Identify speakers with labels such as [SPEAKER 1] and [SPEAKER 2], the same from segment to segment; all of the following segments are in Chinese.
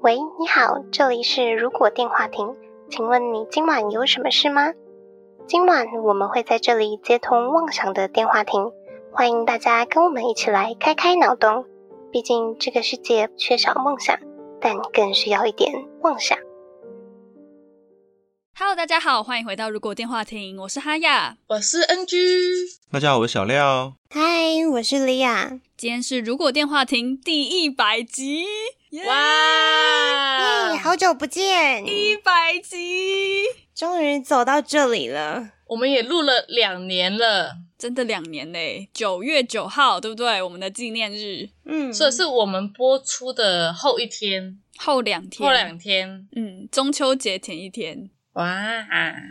[SPEAKER 1] 喂，你好，这里是如果电话亭，请问你今晚有什么事吗？今晚我们会在这里接通妄想的电话亭，欢迎大家跟我们一起来开开脑洞。毕竟这个世界缺少梦想，但更需要一点妄想。
[SPEAKER 2] Hello，大家好，欢迎回到《如果电话亭》，我是哈亚。
[SPEAKER 3] 我是 NG，
[SPEAKER 4] 大家好，我是小廖。
[SPEAKER 1] 嗨，我是莉亚。
[SPEAKER 2] 今天是《如果电话亭》第一百集，耶
[SPEAKER 1] 耶，
[SPEAKER 3] 哇，
[SPEAKER 1] 好久不见，
[SPEAKER 2] 一百集，
[SPEAKER 1] 终于走到这里了。
[SPEAKER 3] 我们也录了两年了，
[SPEAKER 2] 真的两年嘞！九月九号，对不对？我们的纪念日
[SPEAKER 1] 嗯，
[SPEAKER 3] 所以是我们播出的后一天，
[SPEAKER 2] 后两天，
[SPEAKER 3] 后两天，
[SPEAKER 2] 嗯，中秋节前一天，
[SPEAKER 3] 哇，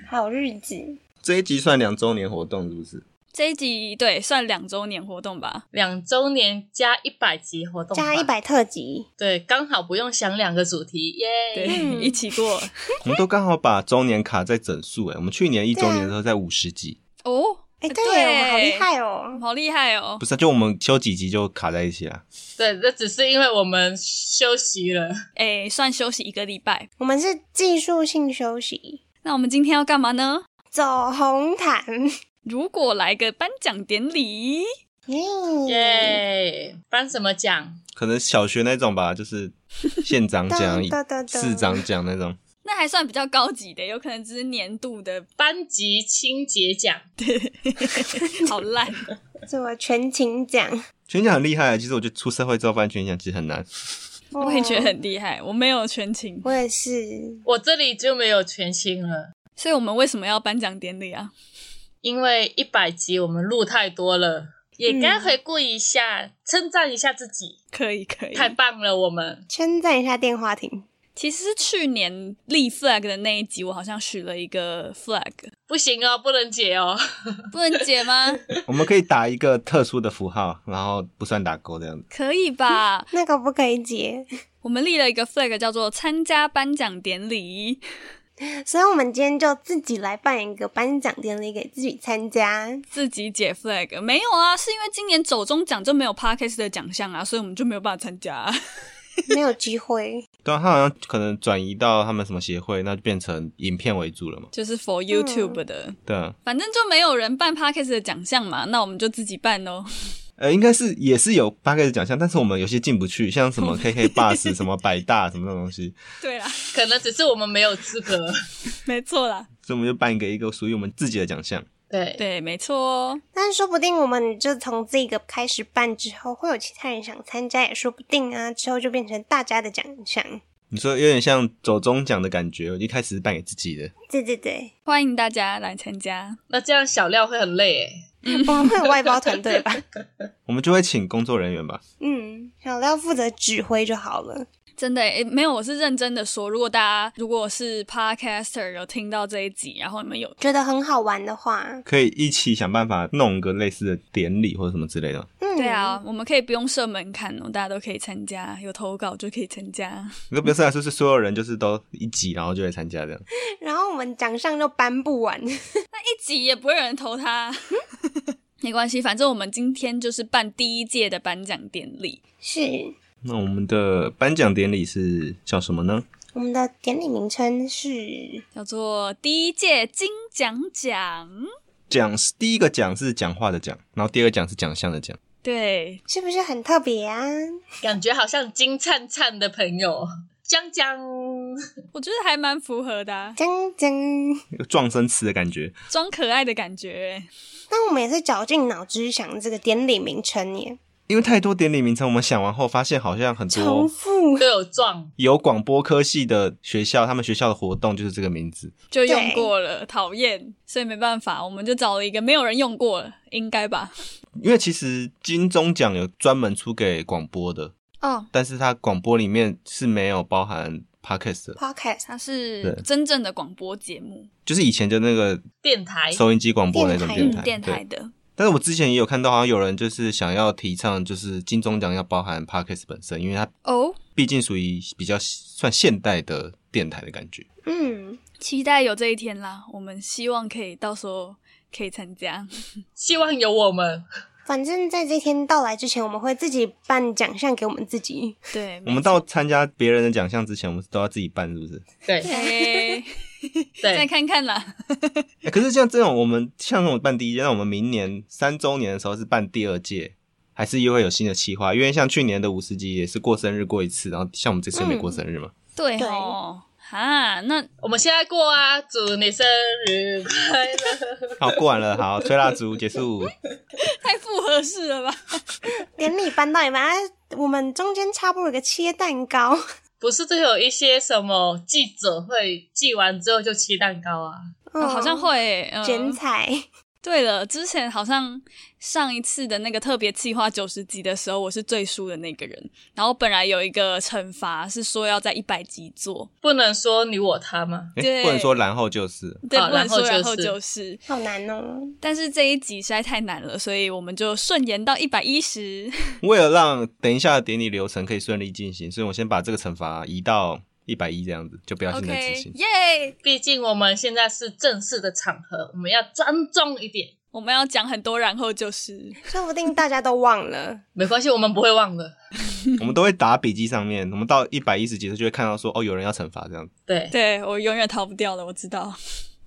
[SPEAKER 1] 好日子。
[SPEAKER 4] 这一集算两周年活动是不是？
[SPEAKER 2] 这一集对算两周年活动吧？
[SPEAKER 3] 两周年加一百集活动，
[SPEAKER 1] 加一，百特辑，
[SPEAKER 3] 对，刚好不用想两个主题，
[SPEAKER 2] 对，
[SPEAKER 3] 耶，
[SPEAKER 2] 一起过
[SPEAKER 4] 我们都刚好把周年卡在整数哎、我们去年一周年的时候在五十集，
[SPEAKER 2] 哦。
[SPEAKER 1] 哎，对，
[SPEAKER 2] 对
[SPEAKER 1] 我们好厉害
[SPEAKER 2] 我
[SPEAKER 1] 哦
[SPEAKER 2] 们！好厉害哦
[SPEAKER 4] 不！是啊、就我们休几集就卡在一起啊。
[SPEAKER 3] 对，这只是因为我们休息了，
[SPEAKER 2] 哎，算休息一个礼拜。
[SPEAKER 1] 我们是技术性休息，
[SPEAKER 2] 那我们今天要干嘛呢？
[SPEAKER 1] 走红毯，
[SPEAKER 2] 如果来个颁奖典礼，
[SPEAKER 1] 嗯耶！
[SPEAKER 3] 耶，颁什么奖？
[SPEAKER 4] 可能小学那种吧，就是县长奖
[SPEAKER 1] 噔噔噔、噔
[SPEAKER 4] 市长奖那种。
[SPEAKER 2] 那还算比较高级的，有可能只是年度的，
[SPEAKER 3] 班级清洁奖，
[SPEAKER 2] 好烂。
[SPEAKER 1] 什么全勤奖？
[SPEAKER 4] 全奖很厉害、啊其实我觉得出社会之后发现全奖其实很难。
[SPEAKER 2] 我也觉得很厉害，我没有全勤
[SPEAKER 1] 哦，，我也是。
[SPEAKER 3] 我这里就没有全清了。
[SPEAKER 2] 所以我们为什么要颁奖典礼啊？
[SPEAKER 3] 因为一百集我们录太多了，也该回顾一下，称赞一下自己，
[SPEAKER 2] 可以可以，
[SPEAKER 3] 太棒了！我们
[SPEAKER 1] 称赞一下电话亭，
[SPEAKER 2] 其实是去年立 flag 的那一集，我好像许了一个 flag，
[SPEAKER 3] 不行哦，不能解哦。
[SPEAKER 2] 不能解 吗？
[SPEAKER 4] 我们可以打一个特殊的符号，然后不算打勾这样子。
[SPEAKER 2] 可以吧？
[SPEAKER 1] 那个不可以解，
[SPEAKER 2] 我们立了一个 flag 叫做参加颁奖典礼，
[SPEAKER 1] 所以我们今天就自己来办一个颁奖典礼给自己参 加。
[SPEAKER 2] 自己解 flag。没有啊，是因为今年走中奖就没有 podcast 的奖项啊，所以我们就没有办法参加、 啊。
[SPEAKER 1] 没有机会，
[SPEAKER 4] 对啊，他好像可能转移到他们什么协会，那就变成影片为主了嘛。
[SPEAKER 2] 就是 for YouTube 的，
[SPEAKER 4] 对啊，
[SPEAKER 2] 反正就没有人办 podcast 的奖项嘛，那我们就自己办喽。
[SPEAKER 4] 呃，应该是也是有八个奖项，但是我们有些进不去，像什么 KK Bus、什么百大什么那种东西，
[SPEAKER 2] 对啦，
[SPEAKER 3] 可能只是我们没有资 格。
[SPEAKER 2] 没错啦，
[SPEAKER 4] 所以我们就办一个一个属于我们自己的奖项。
[SPEAKER 3] 对，
[SPEAKER 2] 对，没错哦。
[SPEAKER 1] 但说不定我们就从这个开始办之后，会有其他人想参加，也说不定啊。之后就变成大家的奖项。
[SPEAKER 4] 你说有点像走中奖的感觉，我一开始是办给自己的，
[SPEAKER 1] 对对对，
[SPEAKER 2] 欢迎大家来参加。
[SPEAKER 3] 那这样小廖会很累诶。
[SPEAKER 1] 我们会有外包团队 吧？
[SPEAKER 4] 我们就会请工作人员吧。
[SPEAKER 1] 嗯，小廖负责指挥就好了。
[SPEAKER 2] 真的、欸，没有，我是认真的说。如果大家如果是 podcaster 有听到这一集，然后你们有
[SPEAKER 1] 觉得很好玩的话，
[SPEAKER 4] 可以一起想办法弄个类似的典礼或者什么之类的。
[SPEAKER 1] 嗯，
[SPEAKER 2] 对，啊，我们可以不用设门槛哦，大家都可以参加，有投稿就可以参加。
[SPEAKER 4] 你说不是啊，就是所有人就是都一集，然后就会参加这样。
[SPEAKER 1] 然后我们奖项就颁不完。
[SPEAKER 2] 一集也不会有人投他，没关系，反正我们今天就是办第一届的颁奖典礼。
[SPEAKER 1] 是，
[SPEAKER 4] 那我们的颁奖典礼是叫什么呢？
[SPEAKER 1] 我们的典礼名称是
[SPEAKER 2] 叫做第一届金奖奖。
[SPEAKER 4] 奖是第一个奖是讲话的奖，然后第二个奖是奖项的奖。
[SPEAKER 2] 对，
[SPEAKER 1] 是不是很特别啊？
[SPEAKER 3] 感觉好像金灿灿的朋友，江江，
[SPEAKER 2] 我觉得还蛮符合的、啊，
[SPEAKER 1] 锵锵，
[SPEAKER 4] 有撞声词的感觉，
[SPEAKER 2] 装可爱的感觉。
[SPEAKER 1] 那我们也是绞尽脑汁想这个典礼名称耶，
[SPEAKER 4] 因为太多典礼名称，我们想完后发现好像很
[SPEAKER 1] 重
[SPEAKER 4] 多
[SPEAKER 1] 复。
[SPEAKER 3] 都有撞。
[SPEAKER 4] 有广播科系的学校，他们学校的活动就是这个名字。
[SPEAKER 2] 就用过了，讨厌，所以没办法，我们就找了一个没有人用过了，应该吧？
[SPEAKER 4] 因为其实金钟奖有专门出给广播的，
[SPEAKER 2] 哦，
[SPEAKER 4] 但是它广播里面是没有包含 podcast 的，
[SPEAKER 1] Podcast
[SPEAKER 2] 它是
[SPEAKER 4] 对
[SPEAKER 2] 真正的广播节目，
[SPEAKER 4] 就是以前的那个
[SPEAKER 3] 电台
[SPEAKER 4] 收音机广播那种
[SPEAKER 1] 电台
[SPEAKER 4] 电
[SPEAKER 2] 嗯
[SPEAKER 4] 台。，
[SPEAKER 2] 电台
[SPEAKER 4] 对。
[SPEAKER 2] 的，
[SPEAKER 4] 但是我之前也有看到，好像有人就是想要提倡，就是金钟奖要包含 podcast 本身，因为它
[SPEAKER 2] 哦，
[SPEAKER 4] 毕竟属于比较算现代的电台的感觉。
[SPEAKER 1] 嗯，
[SPEAKER 2] 期待有这一天啦，我们希望可以到时候可以参加，
[SPEAKER 3] 希望有我们，
[SPEAKER 1] 反正在这天到来之前，我们会自己办奖项给我们自己。
[SPEAKER 2] 对，
[SPEAKER 4] 我们到参加别人的奖项之前，我们都要自己办，是不是？
[SPEAKER 3] 对
[SPEAKER 2] 哎，再
[SPEAKER 3] 对，
[SPEAKER 2] 看看啦。
[SPEAKER 4] 欸可是像这种，我们像这种办第一届，那我们明年三周年的时候是办第二届，还是又会有新的企划？因为像去年的五十集也是过生日过一次，然后像我们这次又没过生日嘛，
[SPEAKER 2] 对
[SPEAKER 1] 对
[SPEAKER 2] 哦，哈，那
[SPEAKER 3] 我们现在过啊，祝你生日快乐！
[SPEAKER 4] 好过完了，好吹蜡烛结束。
[SPEAKER 2] 太复合式了吧？
[SPEAKER 1] 典礼搬到一半，啊我们中间插播了个切蛋糕，
[SPEAKER 3] 不是都有一些什么记者会寄完之后就切蛋糕啊？
[SPEAKER 2] 哦好像会欸嗯
[SPEAKER 1] 剪彩。
[SPEAKER 2] 对了，之前好像上一次的那个特别计划九十集的时候，我是最输的那个人。然后本来有一个惩罚是说要在一百集做，
[SPEAKER 3] 不能说你我他吗？
[SPEAKER 4] 哎、
[SPEAKER 2] 对
[SPEAKER 4] 不能说然后就是，
[SPEAKER 2] 对，
[SPEAKER 3] 好
[SPEAKER 2] 不能
[SPEAKER 3] 然后
[SPEAKER 2] 说
[SPEAKER 3] 就是
[SPEAKER 2] 然后就是。
[SPEAKER 1] 好难哦！
[SPEAKER 2] 但是这一集实在太难了，所以我们就顺延到一百一十。
[SPEAKER 4] 为了让等一下的典礼流程可以顺利进行，所以我先把这个惩罚移到一百一这样子，就不要现在执
[SPEAKER 2] OK，
[SPEAKER 4] 行。
[SPEAKER 2] 耶！
[SPEAKER 3] 毕竟我们现在是正式的场合，我们要庄重一点。
[SPEAKER 2] 我们要讲很多，然后就是
[SPEAKER 1] 说不定大家都忘了，
[SPEAKER 3] 没关系，我们不会忘的。
[SPEAKER 4] 我们都会打笔记上面，我们到一百一十集的时候就会看到说，哦，有人要惩罚这样子。
[SPEAKER 3] 对，
[SPEAKER 2] 对我永远逃不掉了，我知道。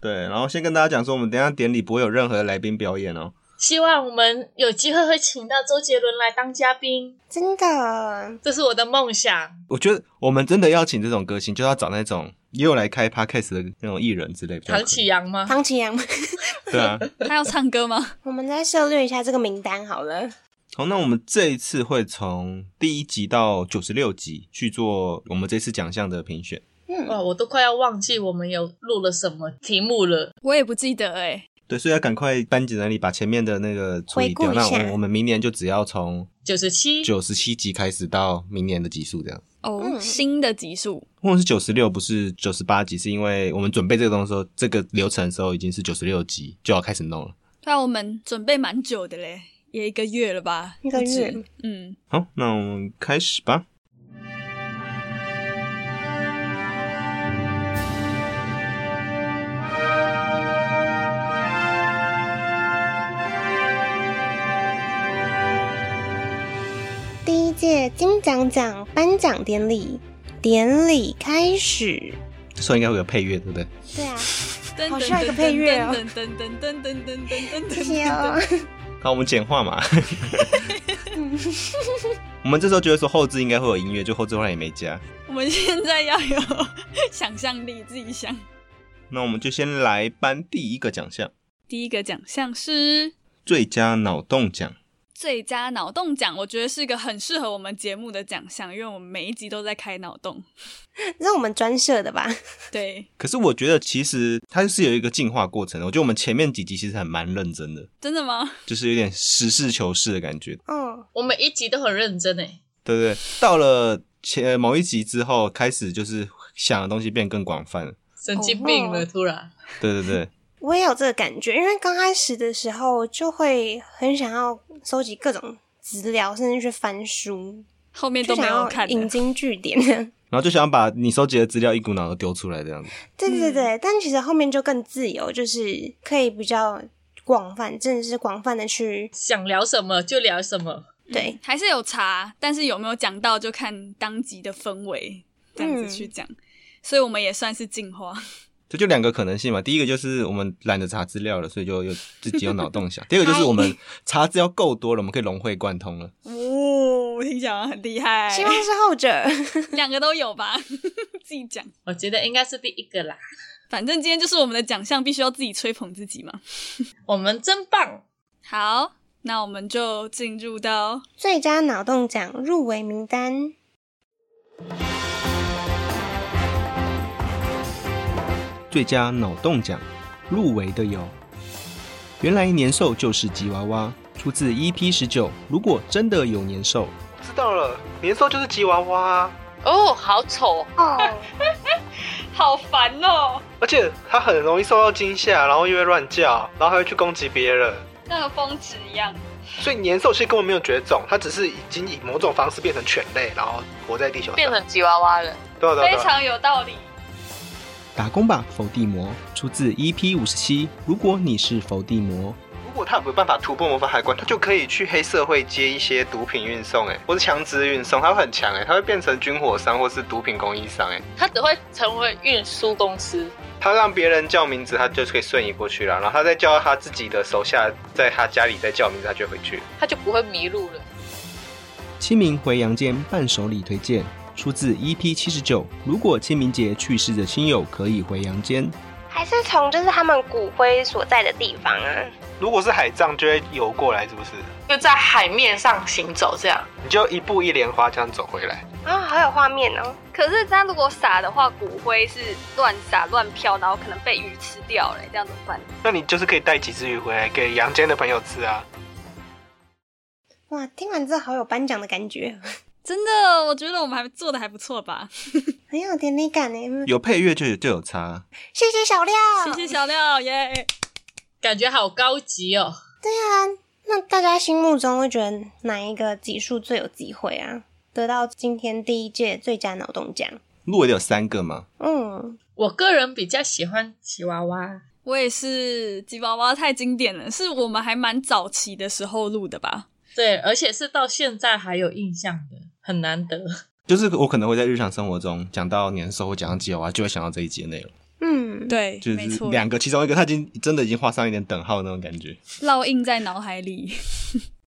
[SPEAKER 4] 对，然后先跟大家讲说，我们等一下典礼不会有任何来宾表演哦。
[SPEAKER 3] 希望我们有机会会请到周杰伦来当嘉宾，
[SPEAKER 1] 真的
[SPEAKER 3] 这是我的梦想。
[SPEAKER 4] 我觉得我们真的要请这种歌星，就要找那种也有来开 podcast 的那种艺人之类比较可以。
[SPEAKER 3] 唐启阳吗？
[SPEAKER 1] 唐启阳，
[SPEAKER 4] 对啊，
[SPEAKER 2] 他要唱歌吗？
[SPEAKER 1] 我们再涉略一下这个名单好了。
[SPEAKER 4] 好，那我们这一次会从第一集到九十六集去做我们这次奖项的评选。
[SPEAKER 3] 哇，哦我都快要忘记我们有录了什么题目了。
[SPEAKER 2] 我也不记得哎、
[SPEAKER 4] 对，所以要赶快班级整理，把前面的那个处理掉。
[SPEAKER 1] 回顾一
[SPEAKER 4] 那
[SPEAKER 1] 下
[SPEAKER 4] 我们我们明年就只要从
[SPEAKER 3] 九十七，
[SPEAKER 4] 九十七集开始到明年的集数这样。
[SPEAKER 2] 哦，
[SPEAKER 1] 嗯
[SPEAKER 2] 新的集数
[SPEAKER 4] 或者是九十六，不是九十八集，是因为我们准备这个东西的时候，这个流程的时候已经是九十六集就要开始弄了。
[SPEAKER 2] 对啊，我们准备蛮久的嘞，也一个月了吧？
[SPEAKER 1] 一个月
[SPEAKER 2] 不止，嗯，
[SPEAKER 4] 好，那我们开始吧。
[SPEAKER 1] 第一届金奖奖颁奖典礼，典礼开始。
[SPEAKER 4] 这时候应该会有配乐，对不对？
[SPEAKER 1] 对啊，
[SPEAKER 2] 噔
[SPEAKER 1] 好像一个配乐哦
[SPEAKER 2] 噔噔噔噔噔噔噔噔
[SPEAKER 1] 谢
[SPEAKER 2] 噔
[SPEAKER 1] 谢
[SPEAKER 2] 噔
[SPEAKER 1] 哦
[SPEAKER 2] 噔。。
[SPEAKER 4] 那我们简化嘛。我们这时候觉得说后置应该会有音乐，就后置后来也没加。
[SPEAKER 2] 我们现在要有 想象力，自己想。
[SPEAKER 4] 那我们就先来颁第一个奖项
[SPEAKER 2] 第一个奖项是
[SPEAKER 4] ——最佳脑洞奖。
[SPEAKER 2] 最佳脑洞奖，我觉得是一个很适合我们节目的奖项，因为我们每一集都在开脑洞。
[SPEAKER 1] 这是我们专设的吧？
[SPEAKER 2] 对，
[SPEAKER 4] 可是我觉得其实它是有一个进化过程的。我觉得我们前面几集其实还蛮认真的，
[SPEAKER 2] 真的吗？
[SPEAKER 4] 就是有点实事求是的感觉，
[SPEAKER 1] 嗯，
[SPEAKER 3] 我每一集都很认真欸诶。
[SPEAKER 4] 对不对？到了前某一集之后，开始就是想的东西变更广泛了，
[SPEAKER 3] 神经病了，
[SPEAKER 1] 哦
[SPEAKER 3] 突然。
[SPEAKER 4] 对对对。
[SPEAKER 1] 我也有这个感觉，因为刚开始的时候就会很想要搜集各种资料，甚至去翻书，
[SPEAKER 2] 后面
[SPEAKER 1] 就
[SPEAKER 2] 都没
[SPEAKER 1] 想
[SPEAKER 2] 有
[SPEAKER 1] 要
[SPEAKER 2] 看
[SPEAKER 1] 引
[SPEAKER 2] 了。
[SPEAKER 1] 经据 典。
[SPEAKER 4] 然后就想把你收集的资料一股脑的丢出来这样子。
[SPEAKER 1] 对对对，但其实后面就更自由，就是可以比较广泛，真的是广泛的去
[SPEAKER 3] 想聊什么就聊什么。
[SPEAKER 2] 嗯
[SPEAKER 1] 对，
[SPEAKER 2] 还是有查，但是有没有讲到就看当集的氛围这样子
[SPEAKER 1] 嗯
[SPEAKER 2] 去讲，所以我们也算是进化。
[SPEAKER 4] 这就两个可能性嘛。第一个就是我们懒得查资料了，所以就有自己有脑洞 想；第二个就是我们查资料够多了，我们可以融会贯通了。
[SPEAKER 2] 哦，听起来很厉害，
[SPEAKER 1] 希望是后者。
[SPEAKER 2] 两个都有吧， 自己讲。
[SPEAKER 3] 我觉得应该是第一个啦。
[SPEAKER 2] 反正今天就是我们的奖项，必须要自己吹捧自己嘛。
[SPEAKER 3] 我们真棒，
[SPEAKER 2] 好，那我们就进入到
[SPEAKER 1] 最佳脑洞奖入围名单，
[SPEAKER 4] 最佳脑洞奖入围的有：原来年兽就是吉娃娃，出自 EP 十九。如果真的有年兽，知道了，年兽就是吉娃娃，
[SPEAKER 5] 哦，好丑，
[SPEAKER 1] 哦，
[SPEAKER 5] 好烦哦！
[SPEAKER 4] 而且它很容易受到惊吓，然后又会乱叫，然后还会去攻击别人。
[SPEAKER 5] 那和疯子一样。
[SPEAKER 4] 所以年兽其实根本没有绝种，它只是已经以某种方式变成犬类，然后活在地球上。
[SPEAKER 5] 变成吉娃娃了，
[SPEAKER 4] 对啊对啊
[SPEAKER 5] 非
[SPEAKER 4] 对啊
[SPEAKER 5] 常有道理。
[SPEAKER 4] E 打工吧，伏地魔，出自 EP 五十七。如果你是伏地魔，
[SPEAKER 5] 如
[SPEAKER 4] 果他有没有办法突破魔法海关，他就可以去黑社会接一些毒品运送，哎，或是枪支运送，他会很强，哎，他会变成军火商或是毒品供应商，哎，
[SPEAKER 3] 他只会成为运输公司。
[SPEAKER 4] 他让别人叫名字，他就可以瞬移过去了，然后他再叫到他自己的手下，在他家里再叫名字，他就回去。
[SPEAKER 3] 他就不会迷路了。
[SPEAKER 4] 清明回阳间伴手礼推荐，出自 EP 七十九。如果清明节去世的亲友可以回阳间，
[SPEAKER 6] 还是从就是他们骨灰所在的地方啊。
[SPEAKER 4] 如果是海葬就会游过来，是不是？
[SPEAKER 7] 就在海面上行走这样。
[SPEAKER 4] 你就一步一莲花这样走回来。
[SPEAKER 6] 啊、好有画面哦！
[SPEAKER 5] 可是他如果撒的话，骨灰是乱撒乱飘，然后可能被鱼吃掉了，这样怎么办？
[SPEAKER 4] 那你就是可以带几只鱼回来给阳间的朋友吃啊。
[SPEAKER 1] 哇，听完之后好有颁奖的感觉，
[SPEAKER 2] 真的，我觉得我们还做的还不错吧。
[SPEAKER 1] 很有典礼感呢。
[SPEAKER 4] 有配乐就有就有差。
[SPEAKER 1] 谢谢小廖，
[SPEAKER 2] 谢谢小廖，耶！
[SPEAKER 3] 感觉好高级哦！
[SPEAKER 1] 那大家心目中会觉得哪一个集数最有机会啊？得到今天第一届最佳脑洞奖？
[SPEAKER 4] 入围的有三个嘛，
[SPEAKER 1] 嗯，
[SPEAKER 3] 我个人比较喜欢吉娃娃，
[SPEAKER 2] 我也是，吉娃娃太经典了，是我们还蛮早期的时候录的吧？
[SPEAKER 3] 对，而且是到现在还有印象的，很难得。
[SPEAKER 4] 就是我可能会在日常生活中讲到年兽或讲到吉娃娃，就会想到这一集的内容。
[SPEAKER 1] 嗯，
[SPEAKER 2] 对，
[SPEAKER 4] 就
[SPEAKER 2] 没
[SPEAKER 4] 是
[SPEAKER 2] 错，
[SPEAKER 4] 两个，其中一个他已经真的已经画上一点等号的那种感觉。
[SPEAKER 2] 烙印在脑海里。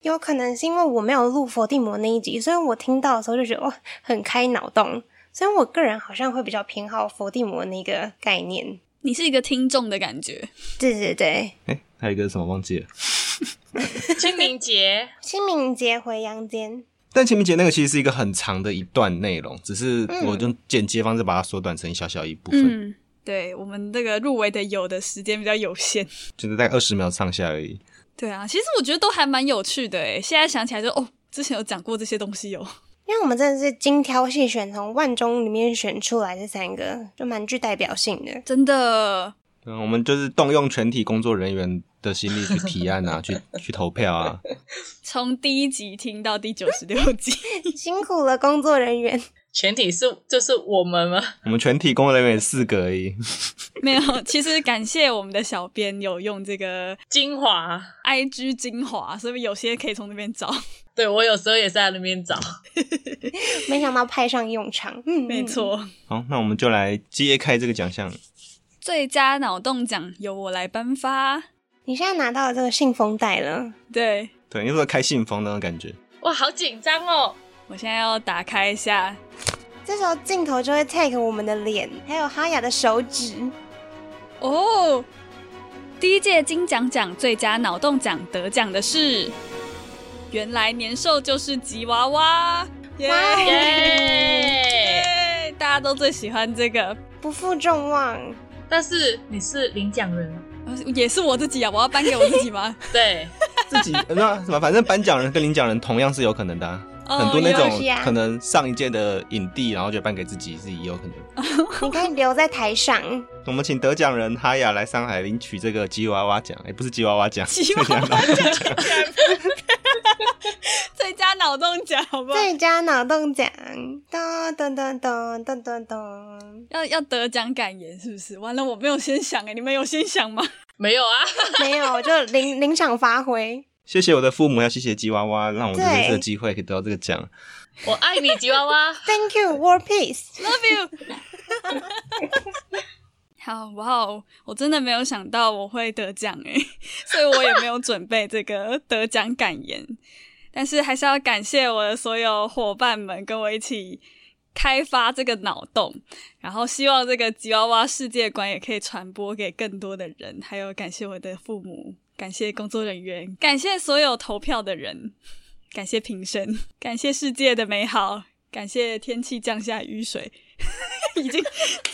[SPEAKER 1] 有可能是因为我没有录佛地魔那一集，所以我听到的时候就觉得哇，很开脑洞。所以我个人好像会比较偏好佛地魔那个概念。
[SPEAKER 2] 你是一个听众的感觉，
[SPEAKER 1] 对对对，
[SPEAKER 4] 哎，还有一个是什么忘记了？
[SPEAKER 3] 清明节
[SPEAKER 1] 清明节回阳间，
[SPEAKER 4] 但清明节那个其实是一个很长的一段内容，只是
[SPEAKER 1] 嗯
[SPEAKER 4] 我用剪接方式把它缩短成一小小一部分，
[SPEAKER 2] 嗯，对我们这个入围的有的时间比较有限。
[SPEAKER 4] 就是大概二十秒上下而已。
[SPEAKER 2] 对啊，其实我觉得都还蛮有趣的诶，现在想起来就哦，之前有讲过这些东西哦。
[SPEAKER 1] 因为我们真的是精挑细选，从万中里面选出来这三个，就蛮具代表性 的。
[SPEAKER 2] 真的，
[SPEAKER 4] 嗯，我们就是动用全体工作人员的心力去提案啊，去去投票啊。
[SPEAKER 2] 从第一集听到第九十六集，
[SPEAKER 1] 辛苦了工作人员，
[SPEAKER 3] 全体是就是我们吗？
[SPEAKER 4] 我们全体工作人员也四个而已，
[SPEAKER 2] 没有，其实感谢我们的小编有用这个
[SPEAKER 3] 精华，
[SPEAKER 2] IG 精华，所以有些可以从那边找。
[SPEAKER 3] 对我有时候也是在那边找。
[SPEAKER 1] 没想到派上用场。嗯，
[SPEAKER 2] 没错，
[SPEAKER 4] 好，那我们就来揭开这个奖项。
[SPEAKER 2] 最佳脑洞奖由我来颁发。
[SPEAKER 1] 你现在拿到这个信封袋了，
[SPEAKER 2] 对
[SPEAKER 4] 对，你说开信封那种感觉，
[SPEAKER 3] 哇，好紧张哦！
[SPEAKER 2] 我现在要打开一下，
[SPEAKER 1] 这时候镜头就会 take 我们的脸，还有哈雅的手指。
[SPEAKER 2] 哦，第一届金奖奖最佳脑洞奖得奖的是，原来年兽就是吉娃娃，耶、
[SPEAKER 1] 哇
[SPEAKER 3] 耶、
[SPEAKER 2] 耶大家都最喜欢这个，
[SPEAKER 1] 不负众 望，
[SPEAKER 3] 但是你是领奖人，
[SPEAKER 2] 呃也是我自己啊，我要颁给我自己吗？
[SPEAKER 3] 对，
[SPEAKER 4] 自己 那什么，反正颁奖人跟领奖人同样是有可能的啊、
[SPEAKER 2] 哦
[SPEAKER 4] 很多那种
[SPEAKER 1] 有是啊
[SPEAKER 4] 可能上一届的影帝，然后就颁给自己，自己也有可能。
[SPEAKER 1] 你可以留在台上。
[SPEAKER 4] 我们请得奖人哈雅来上海领取这个吉娃娃奖，哎、不是吉娃娃奖，
[SPEAKER 2] 吉娃娃
[SPEAKER 4] 娃奖，
[SPEAKER 2] 最佳脑洞奖，好不好？
[SPEAKER 1] 最佳脑洞奖，咚咚咚咚咚咚咚。
[SPEAKER 2] 要要得奖感言是不是？完了，我没有先想哎、你们有先想吗？
[SPEAKER 3] 没有啊，
[SPEAKER 1] 没有，就临临场发挥。
[SPEAKER 4] 谢谢我的父母，要谢谢吉娃娃，让我们有
[SPEAKER 1] 对
[SPEAKER 4] 这个机会可以得到这个奖。
[SPEAKER 3] 我爱你吉娃娃。
[SPEAKER 1] Thank you, War Peace。
[SPEAKER 2] Love you 好哇哦！我真的没有想到我会得奖诶，所以我也没有准备这个得奖感言。但是还是要感谢我的所有伙伴们跟我一起开发这个脑洞，然后希望这个吉娃娃世界观也可以传播给更多的人。还有感谢我的父母，感谢工作人员，感谢所有投票的人，感谢评审，感谢世界的美好，感谢天气降下雨水， 已经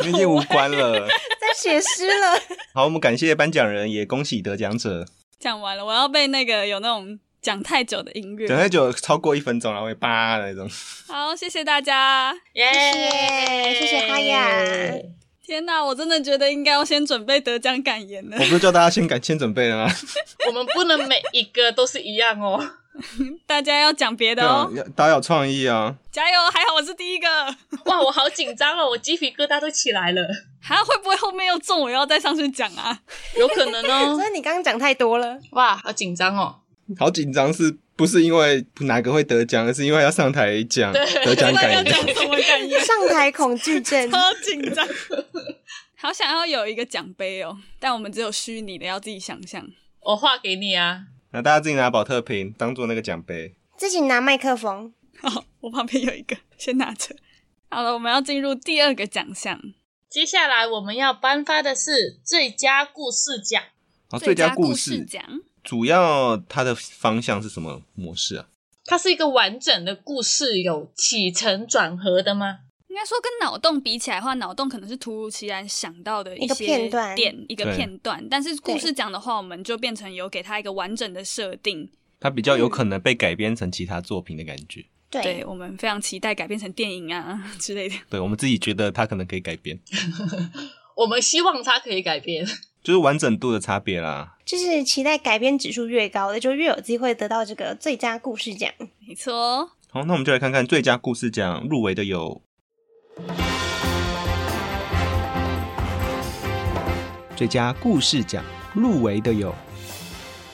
[SPEAKER 4] 因为已经无关了。
[SPEAKER 1] 在写诗 了，
[SPEAKER 4] 好，我们感谢颁奖人，也恭喜得奖者。
[SPEAKER 2] 讲完了，我要被那个有那种讲太久的音
[SPEAKER 4] 等
[SPEAKER 2] 乐。
[SPEAKER 4] 太久超过一分钟，然后会叭的那种。
[SPEAKER 2] 好，谢谢大家。
[SPEAKER 3] 耶、
[SPEAKER 1] 谢谢谢谢哈雅
[SPEAKER 2] 天哪，我真的觉得应该要先准备得 奖感言了
[SPEAKER 4] 哦我。不是叫大家先赶先准备了吗？
[SPEAKER 3] 我们不能每一个都是一样哦。
[SPEAKER 2] 大家要讲别的
[SPEAKER 4] 对啊
[SPEAKER 2] 哦，，
[SPEAKER 4] 要大家有创意啊！
[SPEAKER 2] 加油！还好我是第一个。
[SPEAKER 3] 哇，我好紧张哦，我鸡皮疙瘩都起来了，
[SPEAKER 2] 还会不会后面又中，我又要再上去讲啊？
[SPEAKER 3] 有可能
[SPEAKER 1] 所
[SPEAKER 2] 嗯
[SPEAKER 3] 哦。
[SPEAKER 1] 以你刚刚讲太多了，
[SPEAKER 3] 哇，好紧张哦。
[SPEAKER 4] 好紧张，是不是因为哪个会得奖，而是因为要上台讲 得奖
[SPEAKER 2] 不知道要
[SPEAKER 4] 感
[SPEAKER 2] 讲
[SPEAKER 4] 言？
[SPEAKER 2] 什么感言？，
[SPEAKER 1] 上台恐惧症
[SPEAKER 2] 超紧张，好想要有一个奖杯哦，但我们只有虚拟的，要自己想象。
[SPEAKER 3] 我画给你啊，
[SPEAKER 4] 那大家自己拿保特瓶当做那个奖杯。
[SPEAKER 1] 自己拿麦克风，
[SPEAKER 2] 好，我旁边有一个，先拿着。好了，我们要进入第二个奖项，
[SPEAKER 3] 接下来我们要颁发的是最佳故事奖。
[SPEAKER 4] 好，哦最
[SPEAKER 2] 最
[SPEAKER 4] 佳
[SPEAKER 2] 故
[SPEAKER 4] 故事
[SPEAKER 2] 奖。
[SPEAKER 4] 主要它的方向是什么模式啊？
[SPEAKER 3] 它是一个完整的故事，有起承转合的吗？
[SPEAKER 2] 应该说跟脑洞比起来的话，脑洞可能是突如其然想到的
[SPEAKER 1] 一
[SPEAKER 2] 些
[SPEAKER 1] 个片段
[SPEAKER 2] 点一个
[SPEAKER 4] 对
[SPEAKER 2] 片段，但是故
[SPEAKER 1] 对
[SPEAKER 2] 事讲的话，我们就变成有给他一个完整的设定。
[SPEAKER 4] 它比较有可能被改编成其他作品的感觉。
[SPEAKER 2] 对，我们非常期待改编成电影啊 之类的。
[SPEAKER 4] 对我们自己觉得它可能可以改编，
[SPEAKER 3] 我们希望它可以改变。
[SPEAKER 4] 就是完整度的差别啦。
[SPEAKER 1] 就是期待改编指数越高的，就越有机会得到这个最佳故事奖。
[SPEAKER 2] 没错哦，
[SPEAKER 4] 好，那我们就来看看最佳故事奖入围的有最佳故事奖入围的有《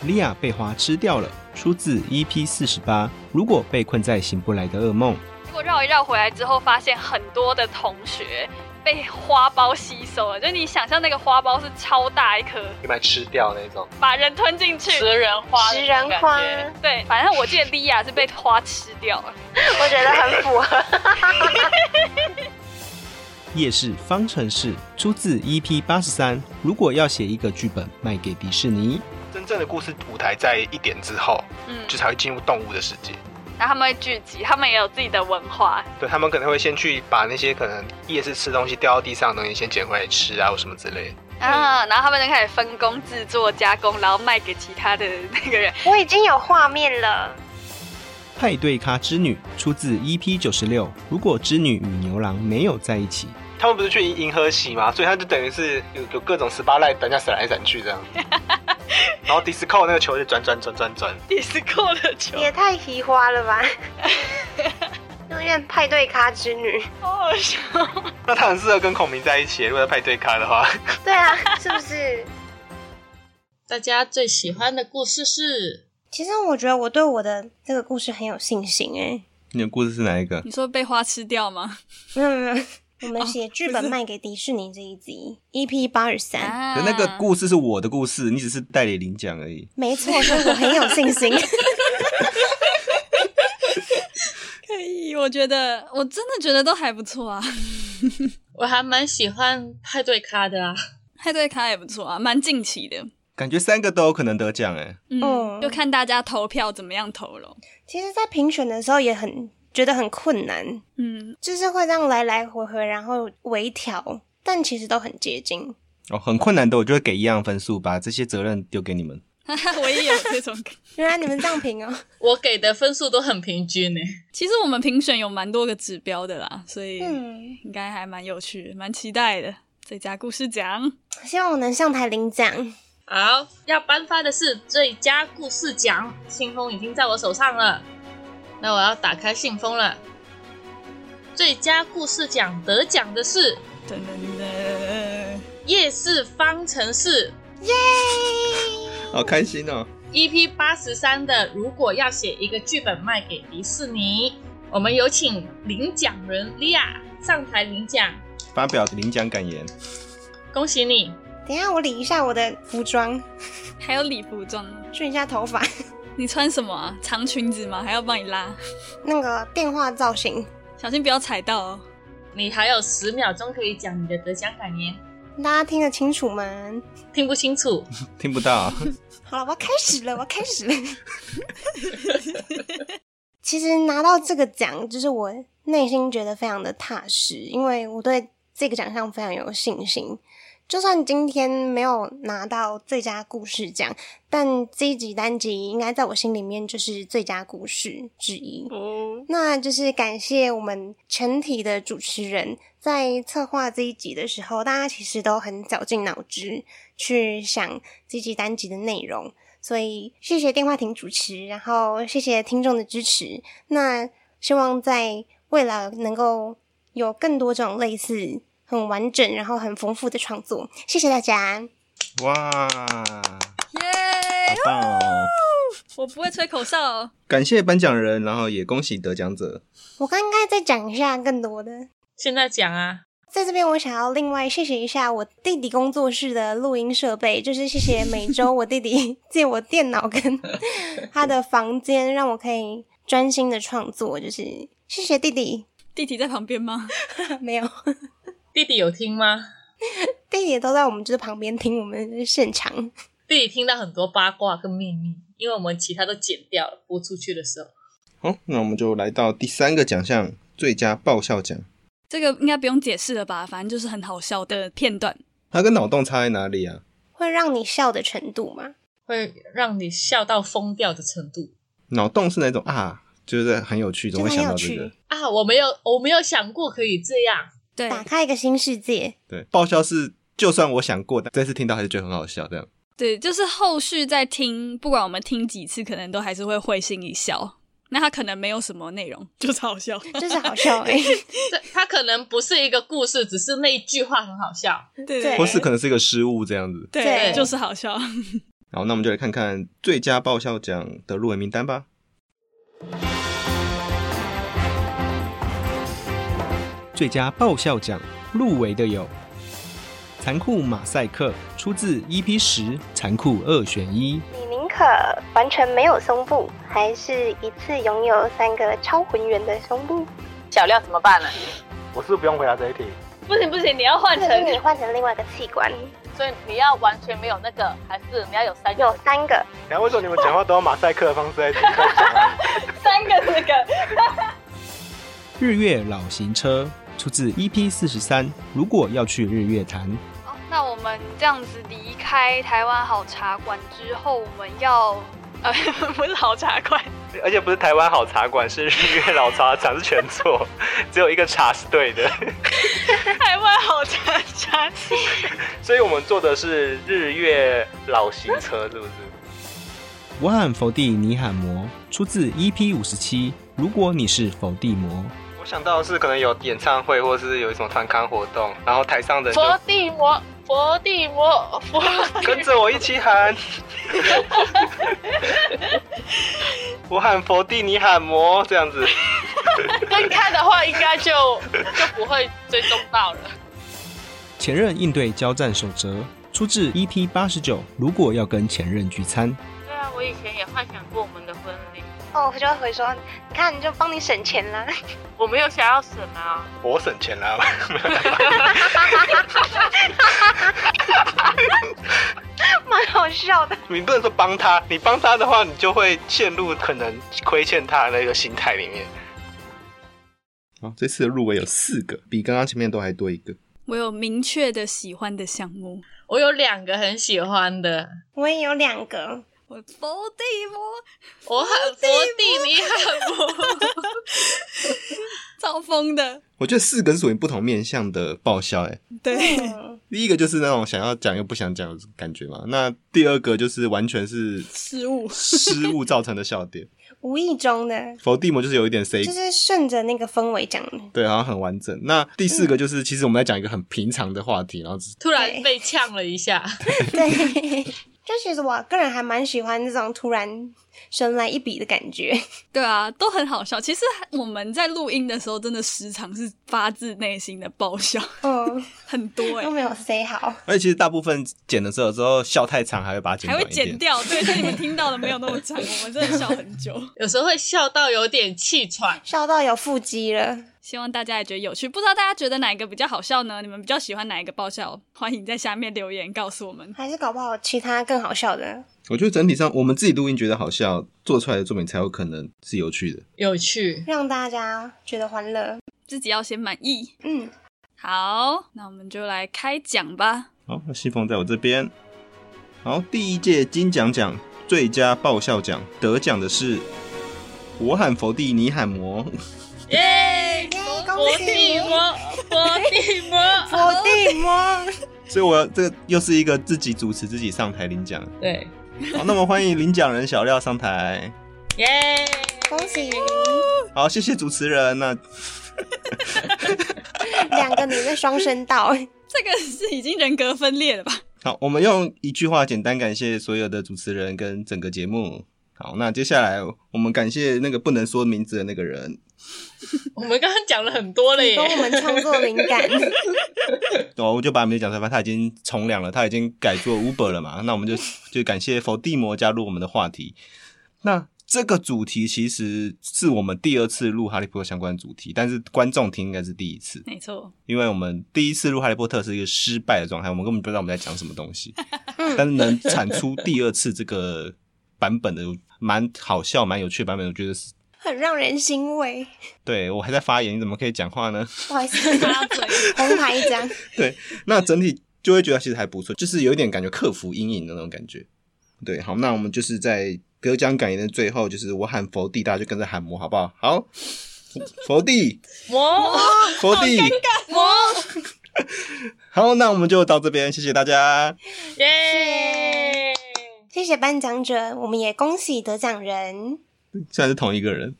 [SPEAKER 4] 莉亚被花吃掉了》，出自 EP 四十八。如果被困在醒不来的噩梦，
[SPEAKER 5] 结果绕一绕回来之后，发现很多的同学被花苞吸收了，就你想象那个花苞是超大一颗，
[SPEAKER 4] 你把吃掉那种。
[SPEAKER 5] 把人吞进去。
[SPEAKER 7] 食人花的
[SPEAKER 6] 食
[SPEAKER 7] 那种
[SPEAKER 6] 人
[SPEAKER 7] 感觉，
[SPEAKER 6] 花，
[SPEAKER 5] 对，反正我记得莉亚是被花吃掉了。
[SPEAKER 6] 我觉得很符合。
[SPEAKER 4] 夜市方程式出自 EP 八十三。如果要写一个剧本卖给迪士尼，
[SPEAKER 8] 真正的故事舞台在一点之后，
[SPEAKER 5] 嗯，
[SPEAKER 8] 就才会进入动物的世界。
[SPEAKER 5] 然后他们会聚集，他们也有自己的文化。
[SPEAKER 8] 对他们可能会先去把那些可能夜市吃东西掉到地上的东西先捡回来吃啊，或什么之类的。
[SPEAKER 5] 啊，然后他们就开始分工制作、加工，然后卖给其他的那个人。
[SPEAKER 6] 我已经有画面了，
[SPEAKER 4] 派对咖织女出自 EP 九十六。如果织女与牛郎没有在一起，
[SPEAKER 8] 他们不是去银河洗嘛，所以他就等于是有有各种十八赖，等下闪来闪去 这样。然后 disco 那个球就转转转转转，
[SPEAKER 5] disco 的 球，
[SPEAKER 6] 也太皮花了吧！祝愿派对咖之女。
[SPEAKER 5] 好好笑。
[SPEAKER 8] 那他很适合跟孔明在一起，如果要派对咖的话。
[SPEAKER 6] 对啊，是不是？
[SPEAKER 3] 大家最喜欢的故事是
[SPEAKER 1] 其实我觉得我对我的这个故事很有信心诶、
[SPEAKER 4] 你的故事是哪一个？
[SPEAKER 2] 你说被花吃掉吗？
[SPEAKER 1] 没有没有没有，我们写剧
[SPEAKER 2] 不
[SPEAKER 1] 本
[SPEAKER 2] 是
[SPEAKER 1] 卖给迪士尼这一集 EP 八十三，
[SPEAKER 2] 啊
[SPEAKER 4] 可那个故事是我的故事，你只是代理领奖而已。
[SPEAKER 1] 没错，所以我很有信心。
[SPEAKER 2] 可以，我觉得我真的觉得都还不错啊，
[SPEAKER 3] 我还蛮喜欢派对咖的啊，
[SPEAKER 2] 派对咖也不错啊，蛮近期的。
[SPEAKER 4] 感觉三个都有可能得奖哎，
[SPEAKER 2] 嗯，
[SPEAKER 1] 嗯
[SPEAKER 5] 哦
[SPEAKER 2] 就看大家投票怎么样投咯。
[SPEAKER 1] 其实，在评选的时候也很觉得很困难，
[SPEAKER 2] 嗯，
[SPEAKER 1] 就是会这样来来回回，然后微调，但其实都很接近。
[SPEAKER 4] 哦，很困难的，我就会给一样分数，把这些责任丢给你们。
[SPEAKER 2] 我也有这 种感。
[SPEAKER 1] 原来你们这样评哦，
[SPEAKER 3] 我给的分数都很平均呢。
[SPEAKER 2] 其实我们评选有蛮多个指标的啦，所以
[SPEAKER 1] 嗯，
[SPEAKER 2] 应该还蛮有趣，蛮期待的。最佳故事奖，
[SPEAKER 1] 希望我能上台领奖。
[SPEAKER 3] 好，要颁发的是最佳故事奖，信封已经在我手上了，那我要打开信封了。最佳故事奖得奖的是《
[SPEAKER 2] 噔噔噔，
[SPEAKER 3] 夜市方程式
[SPEAKER 4] 好开心哦！》
[SPEAKER 3] EP 八十三的。如果要写一个剧本卖给迪士尼，我们有请领奖人莉亚上台领奖，
[SPEAKER 4] 发表领奖感言，
[SPEAKER 3] 恭喜你！
[SPEAKER 1] 等一下，我理一下我的服装，
[SPEAKER 2] 还有礼服装，
[SPEAKER 1] 顺一下头发，
[SPEAKER 2] 你穿什么啊？长裙子吗？还要帮你 拉，
[SPEAKER 1] 那个电话造型。
[SPEAKER 2] 小心不要踩到哦。
[SPEAKER 3] 你还有十秒钟可以讲你的得奖感言，
[SPEAKER 1] 大家听得清楚吗？
[SPEAKER 3] 听不清楚。
[SPEAKER 4] 听不 到。
[SPEAKER 1] 好了，我要开始了，我要开始了。 其实拿到这个奖，就是我内心觉得非常的踏实，因为我对这个奖项非常有信心。就算今天没有拿到最佳故事奖，但这一集单集应该在我心里面就是最佳故事之一。
[SPEAKER 2] 哦，
[SPEAKER 1] 那就是感谢我们全体的主持人，在策划这一集的时候，大家其实都很绞尽脑汁去想这集单集的内容，所以谢谢电话亭主持，然后谢谢听众的支持。那希望在未来能够有更多这种类似很完整，然后很丰富的创作。谢谢大家。
[SPEAKER 4] 哇，
[SPEAKER 2] 耶、
[SPEAKER 4] 好棒哦！
[SPEAKER 2] 我不会吹口哨，哦
[SPEAKER 4] 感谢颁奖人，然后也恭喜得奖者。
[SPEAKER 1] 我刚应该再讲一下更多的。
[SPEAKER 3] 现在讲啊，
[SPEAKER 1] 在这边，我想要另外谢谢一下我弟弟工作室的录音设备，就是谢谢每周我弟弟 借我电脑 跟他的房间，让我可以专心的创作。就是谢谢弟弟，
[SPEAKER 2] 弟弟在旁边吗？
[SPEAKER 1] 没有
[SPEAKER 3] 弟弟有听吗？
[SPEAKER 1] 弟弟都在我们就是旁边听我们的现场。
[SPEAKER 3] 弟弟听到很多八卦跟秘密，因为我们其他都剪掉了，播出去的时候。
[SPEAKER 4] 好，那我们就来到第三个奖项——最佳爆笑奖。
[SPEAKER 2] 这个应该不用解释了吧？反正就是很好笑的片段。
[SPEAKER 4] 它跟脑洞差在哪里啊？
[SPEAKER 1] 会让你笑的程度吗？
[SPEAKER 3] 会让你笑到疯掉的程度
[SPEAKER 4] 脑洞是哪种啊？就是很有趣，总会想到这
[SPEAKER 1] 真的很有
[SPEAKER 4] 个
[SPEAKER 1] 趣。
[SPEAKER 3] 啊！我没有，我没有想过可以这样。
[SPEAKER 2] 对，
[SPEAKER 1] 打开一个新世界，
[SPEAKER 4] 对，爆笑是就算我想过，但这次听到还是觉得很好笑。这样，
[SPEAKER 2] 对，就是后续再听，不管我们听几次，可能都还是会会心一笑。那它可能没有什么内容， 就是好笑。
[SPEAKER 1] 就是好 笑哎、
[SPEAKER 3] 这它可能不是一个故事，只是那一句话很好笑。
[SPEAKER 2] 对对
[SPEAKER 1] 对
[SPEAKER 4] 或是可能是一个失误这样子。
[SPEAKER 2] 对
[SPEAKER 1] 对
[SPEAKER 2] 就是好笑。
[SPEAKER 4] 好，那我们就来看看最佳爆笑奖的入围名单吧。最佳爆笑奖入围的有《残酷马赛克》，出自 EP 十《残酷二选一》。
[SPEAKER 6] 你宁可完全没有胸部，还是一次拥有三个超浑圆的胸部？
[SPEAKER 7] 小料怎么办呢？
[SPEAKER 8] 我是不是不用回答这一题？
[SPEAKER 5] 不行不行，你要换
[SPEAKER 6] 可
[SPEAKER 5] 成，
[SPEAKER 6] 是你换成另外一个器官，
[SPEAKER 5] 所以你要完全没有那个，还是你要有三
[SPEAKER 6] 有
[SPEAKER 5] 个？
[SPEAKER 6] 三个。
[SPEAKER 8] 然后为什么你们讲话都用马赛克的方式在在讲啊？
[SPEAKER 5] 三个那个。
[SPEAKER 4] 日月老行车，出自 EP 四十三。如果要去日月潭，
[SPEAKER 5] 哦那我们这样子离开台湾好茶馆之后，我们要呃不是好茶馆，
[SPEAKER 8] 而且不是台湾好茶馆，是日月老茶厂是全 错，只有一个茶是对的。
[SPEAKER 5] 台湾好茶茶室。
[SPEAKER 8] 所以我们做的是日月老行车，是不是？
[SPEAKER 4] 我喊佛地，你喊魔，出自 EP 五十七。如果你是佛地魔，
[SPEAKER 8] 我想到的是可能有演唱会，或是有一种团康活动，然后台上的人
[SPEAKER 7] 佛
[SPEAKER 8] 就
[SPEAKER 7] 地魔，佛地魔，佛
[SPEAKER 8] 跟着我一起喊。我喊佛地，你喊魔，这样子。
[SPEAKER 7] 分开的话，应该就就不会追踪到了。
[SPEAKER 4] 前任应对交战守则，出自 EP 八十九。如果要跟前任聚餐，
[SPEAKER 7] 对啊，我以前也幻想过我们的婚礼，
[SPEAKER 6] 哦，我就会回说，你看，你就帮你省钱啦。
[SPEAKER 7] 我没有想要省啊。
[SPEAKER 8] 我省钱啦，
[SPEAKER 6] 蛮 好笑的。
[SPEAKER 8] 你不能说帮他，你帮他的话，你就会陷入可能亏欠他的那个心态里面。
[SPEAKER 4] 好，哦这次的入围有四个，比刚刚前面都还多一个。
[SPEAKER 2] 我有明确的喜欢的项目，
[SPEAKER 3] 我有两个很喜欢的，
[SPEAKER 1] 我也有两个，
[SPEAKER 2] 我佛地魔
[SPEAKER 3] 我喊佛地，你喊佛。
[SPEAKER 2] 造风的，
[SPEAKER 4] 我觉得四个是属于不同面向的爆笑、欸，
[SPEAKER 2] 对，
[SPEAKER 1] 嗯，
[SPEAKER 4] 第一个就是那种想要讲又不想讲的感觉嘛，那第二个就是完全是
[SPEAKER 2] 失误。
[SPEAKER 4] 失误造成的笑点。
[SPEAKER 1] 无意中的，
[SPEAKER 4] 佛地魔就是有一点 C，
[SPEAKER 1] 就是顺着那个氛围讲的。
[SPEAKER 4] 对，好像很完整。那第四个就是，其实我们在讲一个很平常的话题，然后只
[SPEAKER 3] 突然被呛了一下，
[SPEAKER 1] 对， 就其实我个人还蛮喜欢这种突然神来一笔的感觉。
[SPEAKER 2] 对啊，都很好笑。其实我们在录音的时候，真的时常是发自内心的爆笑，
[SPEAKER 1] 嗯，
[SPEAKER 2] 很多哎、
[SPEAKER 1] 都没有 say 好。
[SPEAKER 4] 而且其实大部分剪的时候，有时候笑太长还会把它剪
[SPEAKER 2] 还
[SPEAKER 4] 短
[SPEAKER 2] 会
[SPEAKER 4] 一
[SPEAKER 2] 剪
[SPEAKER 4] 点。
[SPEAKER 2] 掉。对，所以你们听到的没有那么 长，我们真的笑很久。
[SPEAKER 3] 有时候会笑到有点气喘。
[SPEAKER 1] 笑到有腹肌了，
[SPEAKER 2] 希望大家也觉得有趣。不知道大家觉得哪一个比较好笑呢？你们比较喜欢哪一个爆笑？欢迎在下面留言告诉我们。
[SPEAKER 1] 还是搞不好其他更好笑的。
[SPEAKER 4] 我觉得整体上，我们自己录音觉得好笑，做出来的作品才有可能是有趣的。
[SPEAKER 3] 有趣，
[SPEAKER 1] 让大家觉得欢乐。
[SPEAKER 2] 自己要先满意。
[SPEAKER 1] 嗯，
[SPEAKER 2] 好，那我们就来开奖吧。
[SPEAKER 4] 好，那西凤在我这边。好，第一届金奖奖最佳爆笑奖得奖的是我喊佛地，你喊魔。
[SPEAKER 3] 耶！
[SPEAKER 1] 耶，
[SPEAKER 3] 佛
[SPEAKER 1] 恭
[SPEAKER 3] 地
[SPEAKER 1] 喜
[SPEAKER 3] 魔，佛地魔，
[SPEAKER 1] 佛地魔，
[SPEAKER 4] 所以我要这个又是一个自己主持自己上台领奖。
[SPEAKER 3] 对，
[SPEAKER 4] 好，那么欢迎领奖人小廖上台。
[SPEAKER 3] 耶！
[SPEAKER 1] 恭喜
[SPEAKER 4] 好，谢谢主持人。那
[SPEAKER 1] 两个女的双声 道，
[SPEAKER 2] 这个是已经人格分裂了吧？
[SPEAKER 4] 好，我们用一句话简单感谢所有的主持人跟整个节目。好，那接下来我们感谢那个不能说名字的那个人。
[SPEAKER 3] 我们刚刚讲了很多了
[SPEAKER 1] 给
[SPEAKER 3] 耶，
[SPEAKER 1] 我们创作灵感。
[SPEAKER 4] 哦，我就把名字讲出来，反正他已经从良了，他已经改做 Uber 了嘛。那我 们就就感谢伏地魔加入我们的话题。那这个主题其实是我们第二次录哈利波特相关主题，但是观众听应该是第一次，
[SPEAKER 2] 没错，
[SPEAKER 4] 因为我们第一次录哈利波特是一个失败的状态，我们根本不知道我们在讲什么东西。但是能产出第二次这个版本的，蛮好笑、蛮有趣的版本，我觉得是。
[SPEAKER 1] 很让人欣慰，
[SPEAKER 4] 对我还在发言，你怎么可以讲话呢？
[SPEAKER 1] 不好意 思，
[SPEAKER 2] 插嘴。
[SPEAKER 1] 红牌一张，
[SPEAKER 4] 那整体就会觉得其实还不错，就是有一点感觉克服阴影的那种感觉。对，好，那我们就是在得奖感言的最后，就是我喊佛地，大家就跟着喊魔，好不好？好，佛地，
[SPEAKER 3] 魔
[SPEAKER 4] 佛地，魔。 好，那我们就到这边，谢谢大家。
[SPEAKER 3] 耶！
[SPEAKER 1] 谢谢颁奖者，我们也恭喜得奖人。
[SPEAKER 4] 虽然是同一个人，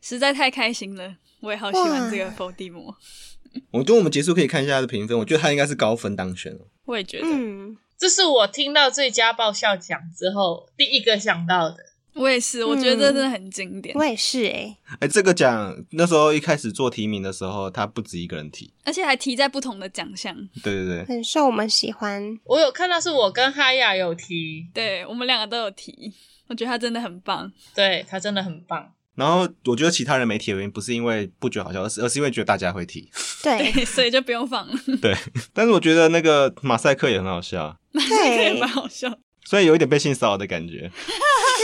[SPEAKER 2] 实在太开心了，我也好喜欢这个伏地魔，
[SPEAKER 4] 我觉得我们结束可以看一下他的评分，我觉得他应该是高分当选哦。
[SPEAKER 2] 我也觉得，
[SPEAKER 1] 嗯，
[SPEAKER 3] 这是我听到最佳爆笑奖之后第一个想到的。
[SPEAKER 2] 我也是，我觉得真的很经典，
[SPEAKER 1] 我也是哎、
[SPEAKER 4] 哎，这个奖那时候一开始做提名的时候，他不止一个人提，
[SPEAKER 2] 而且还提在不同的奖项。
[SPEAKER 4] 对对对，
[SPEAKER 1] 很受我们喜欢。
[SPEAKER 3] 我有看到是我跟哈雅有提，
[SPEAKER 2] 对我们两个都有提，我觉得他真的很棒。
[SPEAKER 3] 对他真的很 棒。
[SPEAKER 4] 然后我觉得其他人没提的原因不是因为不觉得好笑，而是而是因为觉得大家会提。
[SPEAKER 1] 对
[SPEAKER 2] 对，所以就不用放了，
[SPEAKER 4] 但是我觉得那个马赛克也很好笑，
[SPEAKER 2] 对，
[SPEAKER 1] 对
[SPEAKER 2] 蛮，好笑。
[SPEAKER 4] 虽然有一点被性骚扰的感觉。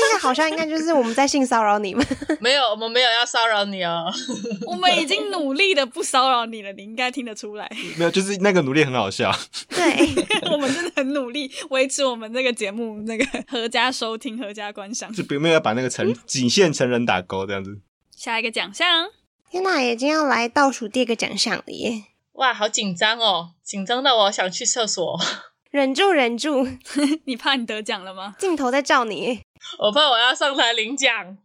[SPEAKER 1] 这个好像应该就是我们在性骚扰你 们。
[SPEAKER 3] 没有，我们没有要骚扰你哦。
[SPEAKER 2] 我们已经努力的不骚扰你了，你应该听得出来。
[SPEAKER 4] 没有，就是那个努力很好笑。
[SPEAKER 1] 对，
[SPEAKER 2] 我们真的很努力维持我们这个节目那个合家收听、合家观赏。
[SPEAKER 4] 就并没有把那个成仅限成人打勾这样子。
[SPEAKER 2] 下一个奖项，
[SPEAKER 1] 天哪，已经要来倒数第二个奖项了耶！
[SPEAKER 3] 哇，好紧张哦，紧张到我想去厕所，
[SPEAKER 1] 忍住，忍住，
[SPEAKER 2] 你怕你得奖了吗？
[SPEAKER 1] 镜头在照你。
[SPEAKER 3] 我怕我要上台领奖。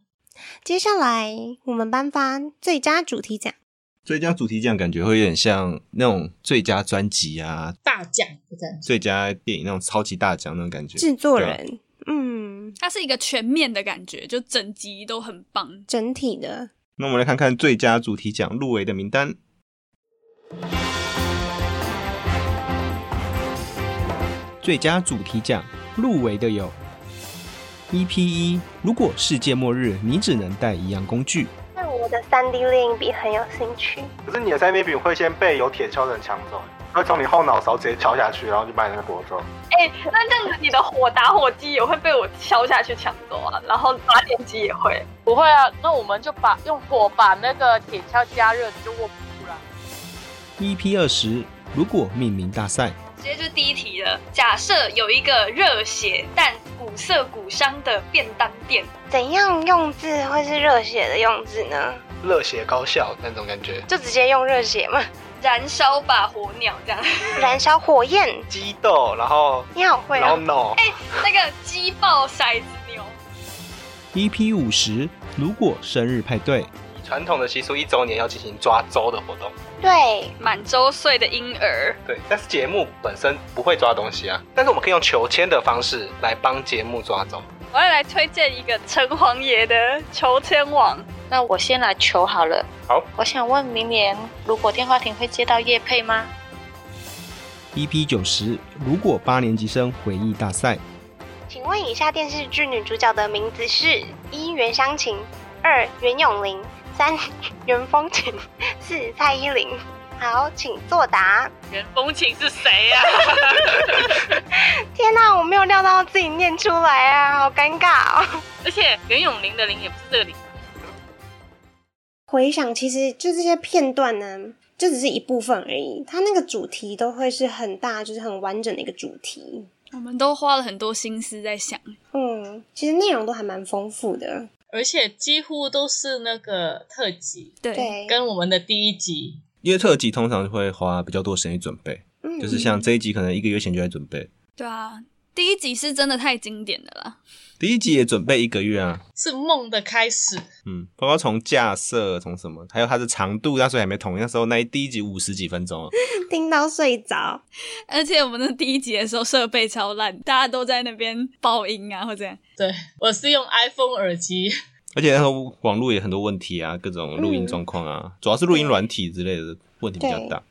[SPEAKER 1] 接下来我们颁发最佳主题奖，
[SPEAKER 4] 最佳主题奖感觉会有点像那种最佳专辑啊、
[SPEAKER 3] 大奖不对，
[SPEAKER 4] 最佳电影那种超级大奖那种感觉。
[SPEAKER 1] 制作
[SPEAKER 4] 对啊
[SPEAKER 1] 人，嗯，
[SPEAKER 2] 它是一个全面的感觉，就整集都很棒。
[SPEAKER 1] 整体的
[SPEAKER 4] 那我们来看看最佳主题奖入围的名单。
[SPEAKER 9] 最佳主题奖入围的有：EP 一，如果世界末日，你只能带一样工具；
[SPEAKER 10] 但我的三 D 猎鹰笔很有兴趣，
[SPEAKER 8] 可是你的三 D 笔会先被有铁锹的人抢走，会从你后脑勺直接敲下去，然后就把你那个夺走。
[SPEAKER 5] 哎、那这样子你的火打火机也会被我敲下去抢走啊，然后发电机也会。
[SPEAKER 11] 不会啊，那我们就把用火把那个铁锹加热，你就握不住了。
[SPEAKER 9] EP ；E 二十，如果命名大赛。
[SPEAKER 5] 直接就第一题了。假设有一个热血但古色古香的便当店，
[SPEAKER 10] 怎样用字会是热血的用字呢？
[SPEAKER 8] 热血高校那种感觉，
[SPEAKER 10] 就直接用热血嘛，
[SPEAKER 5] 燃烧吧火鸟这样，
[SPEAKER 10] 燃烧火焰，
[SPEAKER 8] 激斗，然后
[SPEAKER 10] 你好
[SPEAKER 1] 啊
[SPEAKER 10] 会
[SPEAKER 8] 然后
[SPEAKER 10] 哦！
[SPEAKER 8] no，
[SPEAKER 5] 那个鸡爆骰子牛，
[SPEAKER 9] EP ；E 五十，如果生日派对。
[SPEAKER 8] 传统的习俗一周年要进行抓周的活动，
[SPEAKER 10] 对，
[SPEAKER 5] 满周岁的婴儿，
[SPEAKER 8] 对，但是节目本身不会抓东西啊，但是我们可以用求签的方式来帮节目抓周。
[SPEAKER 5] 我要来推荐一个城隍爷的求签网。
[SPEAKER 12] 那我先来求好了。
[SPEAKER 8] 好，
[SPEAKER 12] 我想问明年如果电话亭会接到叶配吗？
[SPEAKER 9] EP E 九十，如果八年级生回忆大赛。
[SPEAKER 10] 请问以下电视剧女主角的名字是：一袁湘琴，二袁咏琳，三 袁风琴，四蔡依林。好，请作答。
[SPEAKER 11] 袁风琴是谁啊呀、
[SPEAKER 10] 天哪、我没有料到自己念出来啊，好尴尬哦！
[SPEAKER 11] 而且袁咏琳的琳也不是这个琳，
[SPEAKER 1] 回想，其实就这些片段呢，就只是一部分而已。它那个主题都会是很大，就是很完整的一个主题。
[SPEAKER 2] 我们都花了很多心思在想，
[SPEAKER 1] 嗯，其实内容都还蛮丰富的。
[SPEAKER 3] 而且几乎都是那个特辑，
[SPEAKER 2] 对，
[SPEAKER 1] 对，
[SPEAKER 3] 跟我们的第一集
[SPEAKER 4] 因为特辑通常会花比较多时间去准备，
[SPEAKER 1] 嗯
[SPEAKER 4] 就是像这一集可能一个月前就在准备。
[SPEAKER 2] 对啊，第一集是真的太经典的啦，
[SPEAKER 13] 第一集也准备一个月啊，
[SPEAKER 3] 是梦的开始。
[SPEAKER 13] 嗯，包括从架设，从什么，还有它的长度，那时候还没统一，那时候那一第一集五十几分钟啊，
[SPEAKER 1] 听到睡着，
[SPEAKER 2] 而且我们的第一集的时候设备超烂，大家都在那边爆音啊或者
[SPEAKER 3] 对我是用 iPhone 耳机，
[SPEAKER 13] 而且那时候网络也很多问题啊，各种录音状况啊，主要是录音软体之类的问题比较大。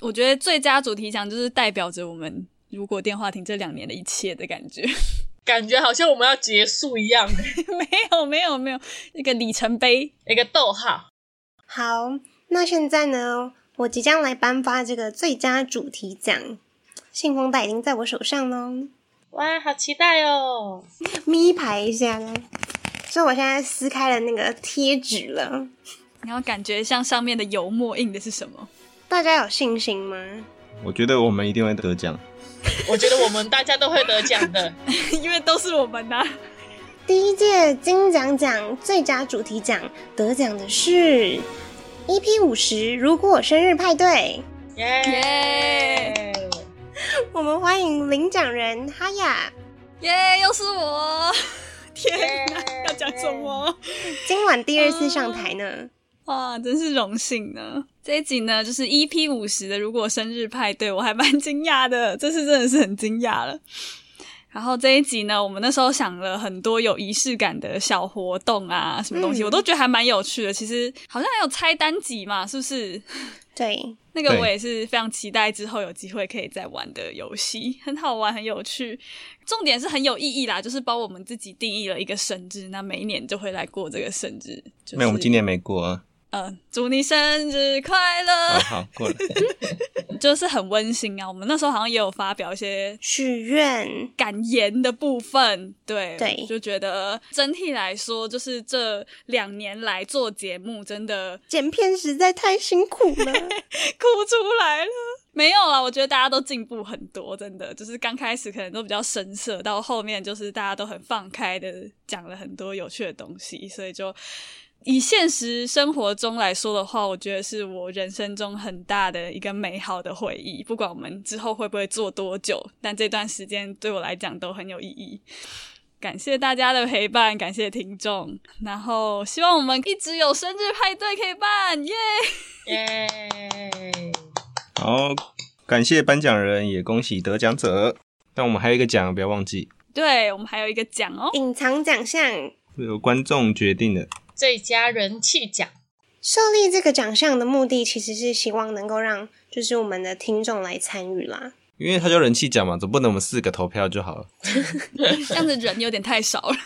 [SPEAKER 2] 我觉得最佳主题奖就是代表着我们如果电话亭这两年的一切的感觉。
[SPEAKER 3] 感觉好像我们要结束一样，
[SPEAKER 2] 没有没有没有，那个里程碑
[SPEAKER 3] 一个逗号。
[SPEAKER 1] 好，那现在呢，我即将来颁发这个最佳主题奖，信封袋已经在我手上喽，
[SPEAKER 3] 哇，好期待哦！
[SPEAKER 1] 咪排一下呢，所以我现在撕开了那个贴纸了，
[SPEAKER 2] 然后感觉像上面的油墨印的是什么？
[SPEAKER 1] 大家有信心吗？
[SPEAKER 13] 我觉得我们一定会得奖，
[SPEAKER 3] 我觉得我们大家都会得奖的。
[SPEAKER 2] 因为都是我们啊呐、
[SPEAKER 1] 第一届金奖奖最佳主题奖得奖的是 EP 五十，如果我生日派对，
[SPEAKER 3] 耶、
[SPEAKER 2] 耶
[SPEAKER 1] 我们欢迎领奖人哈雅。
[SPEAKER 2] 耶，又是我！ 天哪，要讲什么？
[SPEAKER 1] 今晚第二次上台呢。
[SPEAKER 2] 哇，真是荣幸呢！这一集呢，就是 EP 五十的《如果生日派对》，我还蛮惊讶的， 这次真的是很惊讶了。然后这一集呢，我们那时候想了很多有仪式感的小活动啊，什么东西，
[SPEAKER 1] 嗯
[SPEAKER 2] 我都觉得还蛮有趣的。其实好像还有拆单集嘛，是不是？
[SPEAKER 1] 对，
[SPEAKER 2] 那个
[SPEAKER 13] 对
[SPEAKER 2] 我也是非常期待之后有机会可以再玩的游戏，很好玩，很有趣。重点是很有意义啦，就是帮我们自己定义了一个生日，那每一年就会来过这个生日。就是、
[SPEAKER 13] 没有，我们今年没过啊，
[SPEAKER 2] 呃，祝你生日快乐
[SPEAKER 13] 啊，好过了，
[SPEAKER 2] 就是很温馨啊。我们那时候好像也有发表一些
[SPEAKER 1] 许愿
[SPEAKER 2] 感言的部分，对
[SPEAKER 1] 对
[SPEAKER 2] 就觉得整体来说，就是这两年来做节目真的
[SPEAKER 1] 剪片实在太辛苦了，
[SPEAKER 2] 哭出来了。没有啦，我觉得大家都进步很多，真的。就是刚开始可能都比较生涩，到后面就是大家都很放开的讲了很多有趣的东西，所以就以现实生活中来说的话，我觉得是我人生中很大的一个美好的回忆。不管我们之后会不会做多久，但这段时间对我来讲都很有意义。感谢大家的陪伴，感谢听众，然后希望我们一直有生日派对可以办，耶、
[SPEAKER 3] 耶！
[SPEAKER 13] 好，感谢颁奖人，也恭喜得奖者。但我们还有一个奖，不要忘记，
[SPEAKER 2] 对我们还有一个奖哦，
[SPEAKER 1] 隐藏奖项。
[SPEAKER 13] 是由观众决定的。
[SPEAKER 3] 最佳人气奖，
[SPEAKER 1] 设立这个奖项的目的其实是希望能够让就是我们的听众来参与啦。
[SPEAKER 13] 因为它叫人气奖嘛，总不能我们四个投票就好了。
[SPEAKER 2] 这样子人有点太少了。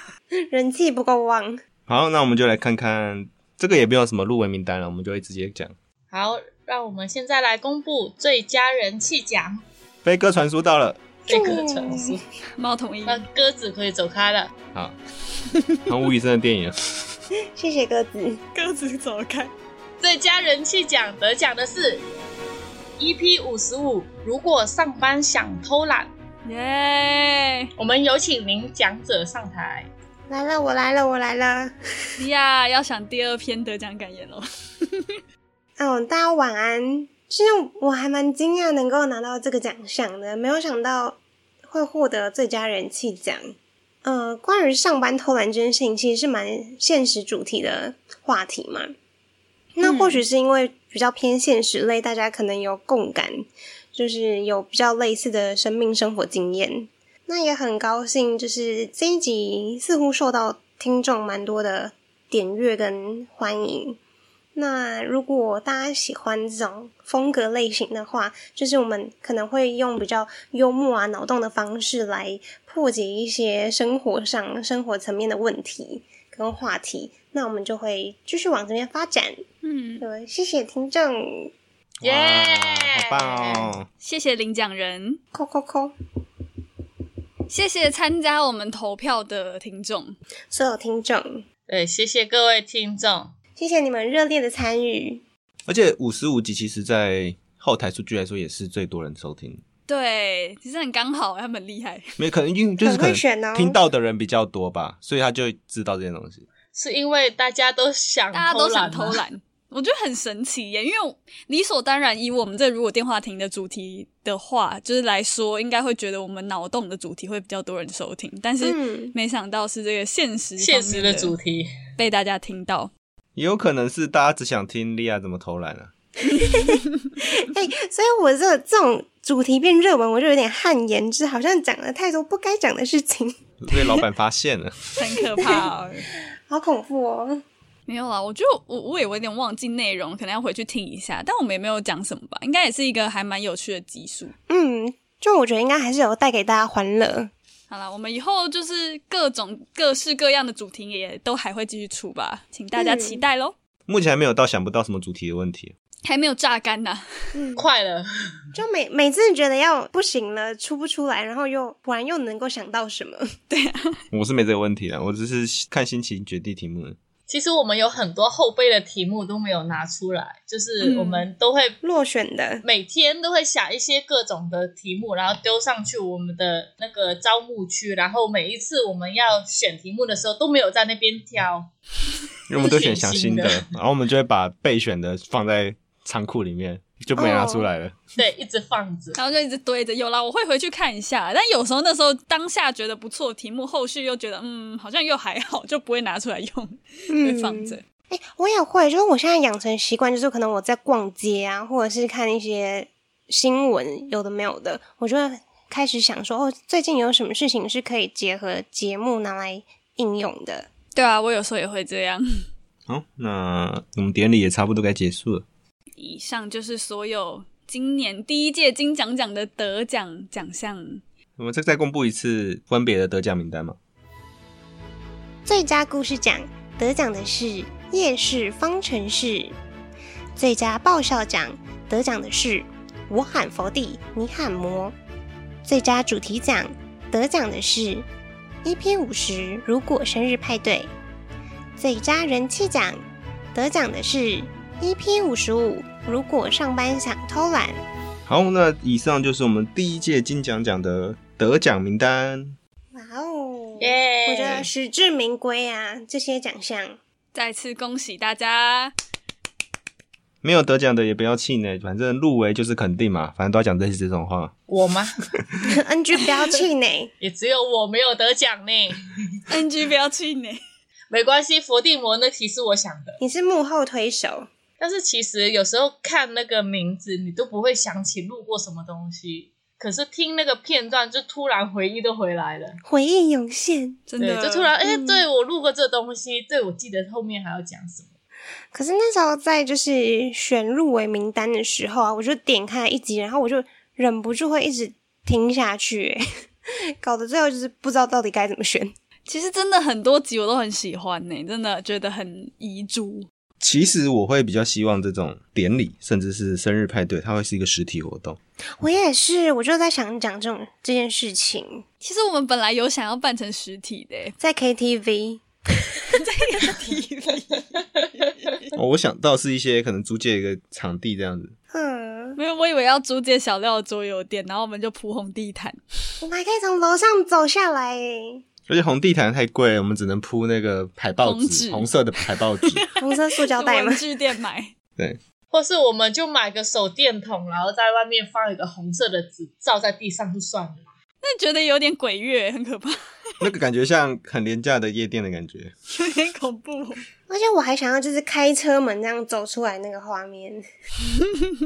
[SPEAKER 1] 人气不够旺，
[SPEAKER 13] 好，那我们就来看看这个也没有什么入围名单了，我们就会直接讲。
[SPEAKER 3] 好，让我们现在来公布最佳人气奖。
[SPEAKER 13] 飞哥传输到了，
[SPEAKER 3] 这个城市，
[SPEAKER 2] 猫同意，
[SPEAKER 3] 那鸽子可以走开了。
[SPEAKER 13] 好，唐无医生的电影，
[SPEAKER 1] 谢谢鸽子。
[SPEAKER 2] 鸽子走开。
[SPEAKER 3] 最佳人气奖得奖的是 EP 五十五。如果上班想偷懒，
[SPEAKER 2] 耶
[SPEAKER 3] 我们有请领奖者上台。
[SPEAKER 1] 来了，我来了，我来了。
[SPEAKER 2] 呀！要想第二篇得奖感言喽。
[SPEAKER 1] 哦，大家晚安。其实我还蛮惊讶能够拿到这个奖项的，没有想到会获得最佳人气奖。呃，关于上班偷懒这件事情，其实是蛮现实主题的话题嘛。那或许是因为比较偏现实类，大家可能有共感，就是有比较类似的生命生活经验。那也很高兴，就是这一集似乎受到听众蛮多的点阅跟欢迎。那如果大家喜欢这种风格类型的话，就是我们可能会用比较幽默啊、脑洞的方式来破解一些生活上、生活层面的问题跟话题。那我们就会继续往这边发展。
[SPEAKER 2] 嗯，
[SPEAKER 1] 对，谢谢听众，
[SPEAKER 3] 耶
[SPEAKER 13] 哇好棒哦！
[SPEAKER 2] 谢谢领奖人，
[SPEAKER 1] 扣扣扣，
[SPEAKER 2] 谢谢参加我们投票的听众。
[SPEAKER 1] 所有听众，
[SPEAKER 3] 对，谢谢各位听众。
[SPEAKER 1] 谢谢你们热烈的参与。
[SPEAKER 13] 而且五十五集其实，在后台数据来说也是最多人收听，
[SPEAKER 2] 对，其实很刚好，他们很厉害。
[SPEAKER 13] 没有可能因为就是可
[SPEAKER 1] 很会选哦
[SPEAKER 13] 能听到的人比较多吧，所以他就知道这些东西。
[SPEAKER 3] 是因为大家都想
[SPEAKER 2] 大家都想
[SPEAKER 3] 偷
[SPEAKER 2] 偷
[SPEAKER 3] 懒吗，啊
[SPEAKER 2] 懒，我觉得很神奇耶，因为理所当然以我们这如果电话亭的主题的话，就是来说，应该会觉得我们脑洞的主题会比较多人收听，但是
[SPEAKER 1] 嗯
[SPEAKER 2] 没想到是这个现实方
[SPEAKER 3] 现实
[SPEAKER 2] 面
[SPEAKER 3] 的
[SPEAKER 2] 的
[SPEAKER 3] 主题，
[SPEAKER 2] 被大家听到。
[SPEAKER 4] 也有可能是大家只想听莉亚怎么投篮啊。
[SPEAKER 1] 哎、所以我这这种主题变热门，我就有点汗颜，就是好像讲了太多不该讲的事情，
[SPEAKER 4] 被老板发现了，
[SPEAKER 2] 很可 怕、哦。
[SPEAKER 1] 好恐怖哦。
[SPEAKER 2] 没有啦，我就我我也有点忘记内容，可能要回去听一下。但我们也没有讲什么吧，应该也是一个还蛮有趣的集数。
[SPEAKER 1] 嗯，就我觉得应该还是有带给大家欢乐。
[SPEAKER 2] 好啦，我们以后就是各种各式各样的主题也都还会继续出吧，请大家期待喽。
[SPEAKER 4] 目前还没有到想不到什么主题的问
[SPEAKER 13] 啊
[SPEAKER 4] 题。
[SPEAKER 2] 还没有榨干呢、
[SPEAKER 1] 嗯，
[SPEAKER 3] 快了，
[SPEAKER 1] 就每每次觉得要不行了，出不出来，然后又突然又能够想到什么。
[SPEAKER 4] 我是没这个问题的，我只是看心情决定题目的。
[SPEAKER 3] 其实我们有很多后辈的题目都没有拿出来，就是
[SPEAKER 2] 嗯
[SPEAKER 3] 我们都会
[SPEAKER 1] 落选 的，
[SPEAKER 3] 每天都会想一些各种的题目，然后丢上去我们的那个招募区，然后每一次我们要选题目的时候都没有在那边挑，
[SPEAKER 4] 因为我们都选想
[SPEAKER 3] 新
[SPEAKER 4] 新的，然后我们就会把备选的放在仓库里面，就没拿出来了。
[SPEAKER 3] 对，一直放着。
[SPEAKER 2] 然后就一直堆着。有啦，我会回去看一下，但有时候那时候当下觉得不错的题目，后续又觉得嗯好像又还好，就不会拿出来用，
[SPEAKER 1] 嗯
[SPEAKER 2] 会放着。
[SPEAKER 1] 哎、我也会，就是我现在养成习惯，就是可能我在逛街啊，或者是看一些新闻，有的没有的，我就会开始想说，哦，最近有什么事情是可以结合节目拿来应用的。
[SPEAKER 2] 对啊，我有时候也会这样。
[SPEAKER 4] 好，那我们典礼也差不多该结束了。
[SPEAKER 2] 以上就是所有今年第一届金奖奖的得奖奖项。
[SPEAKER 4] 我们再再公布一次分别的得奖名单嘛？
[SPEAKER 1] 最佳故事奖得奖的是《夜市方程式》，最佳爆笑奖得奖的是《我喊佛地，你喊魔》，最佳主题奖得奖的是 EP 五十如果生日派对，最佳人气奖得奖的是 EP 五十五如果上班想偷懒。
[SPEAKER 4] 好，那以上就是我们第一届金奖奖的得奖名单。
[SPEAKER 1] 哇哦！
[SPEAKER 3] 耶、
[SPEAKER 1] 我觉得实至名归啊，这些奖项。
[SPEAKER 2] 再次恭喜大家！
[SPEAKER 4] 没有得奖的也不要气馁，反正入围就是肯定嘛，反正都要讲这这种话。
[SPEAKER 3] 我吗？
[SPEAKER 1] NG 不要气馁，
[SPEAKER 3] 也只有我没有得奖呢。
[SPEAKER 2] NG 不要气馁，
[SPEAKER 3] 没关系，伏地魔那题是我想的，
[SPEAKER 1] 你是幕后推手。
[SPEAKER 3] 但是其实有时候看那个名字，你都不会想起录过什么东西，可是听那个片段，就突然回忆都回来了。
[SPEAKER 1] 回忆涌现。
[SPEAKER 2] 真
[SPEAKER 3] 对，
[SPEAKER 2] 的嗯
[SPEAKER 3] 就突然，哎、对我录过这东西，对我记得后面还要讲什么。
[SPEAKER 1] 可是那时候在就是选入围名单的时候啊，我就点开了一集，然后我就忍不住会一直听下去、欸 搞得最后就是不知道到底该怎么选。
[SPEAKER 2] 其实真的很多集我都很喜欢呢、真的觉得很遗珠。
[SPEAKER 4] 其实我会比较希望这种典礼，甚至是生日派对，它会是一个实体活动。
[SPEAKER 1] 我也是，我就在想讲这种这件事情，
[SPEAKER 2] 其实我们本来有想要办成实体的、欸，
[SPEAKER 1] 在 KTV
[SPEAKER 4] 哦，我想到是一些可能租借一个场地这样子，
[SPEAKER 1] 嗯，
[SPEAKER 2] 没有，我以为要租借小廖的桌游店，然后我们就铺红地毯。
[SPEAKER 1] 我们还可以从楼上走下来、欸，
[SPEAKER 4] 而且红地毯太贵了，我们只能铺那个海报
[SPEAKER 2] 红
[SPEAKER 4] 纸，
[SPEAKER 2] 纸
[SPEAKER 4] 红色的海 报纸。
[SPEAKER 1] 红色塑 胶袋吗
[SPEAKER 2] 文？具店买，
[SPEAKER 3] 或是我们就买个手电筒，然后在外面放一个红色的纸罩在地上就算了。
[SPEAKER 2] 但觉得有点鬼月，很可怕，
[SPEAKER 4] 那个感觉像很廉价的夜店的感觉。
[SPEAKER 2] 有点恐怖。
[SPEAKER 1] 而且我还想要就是开车门这样走出来那个画面，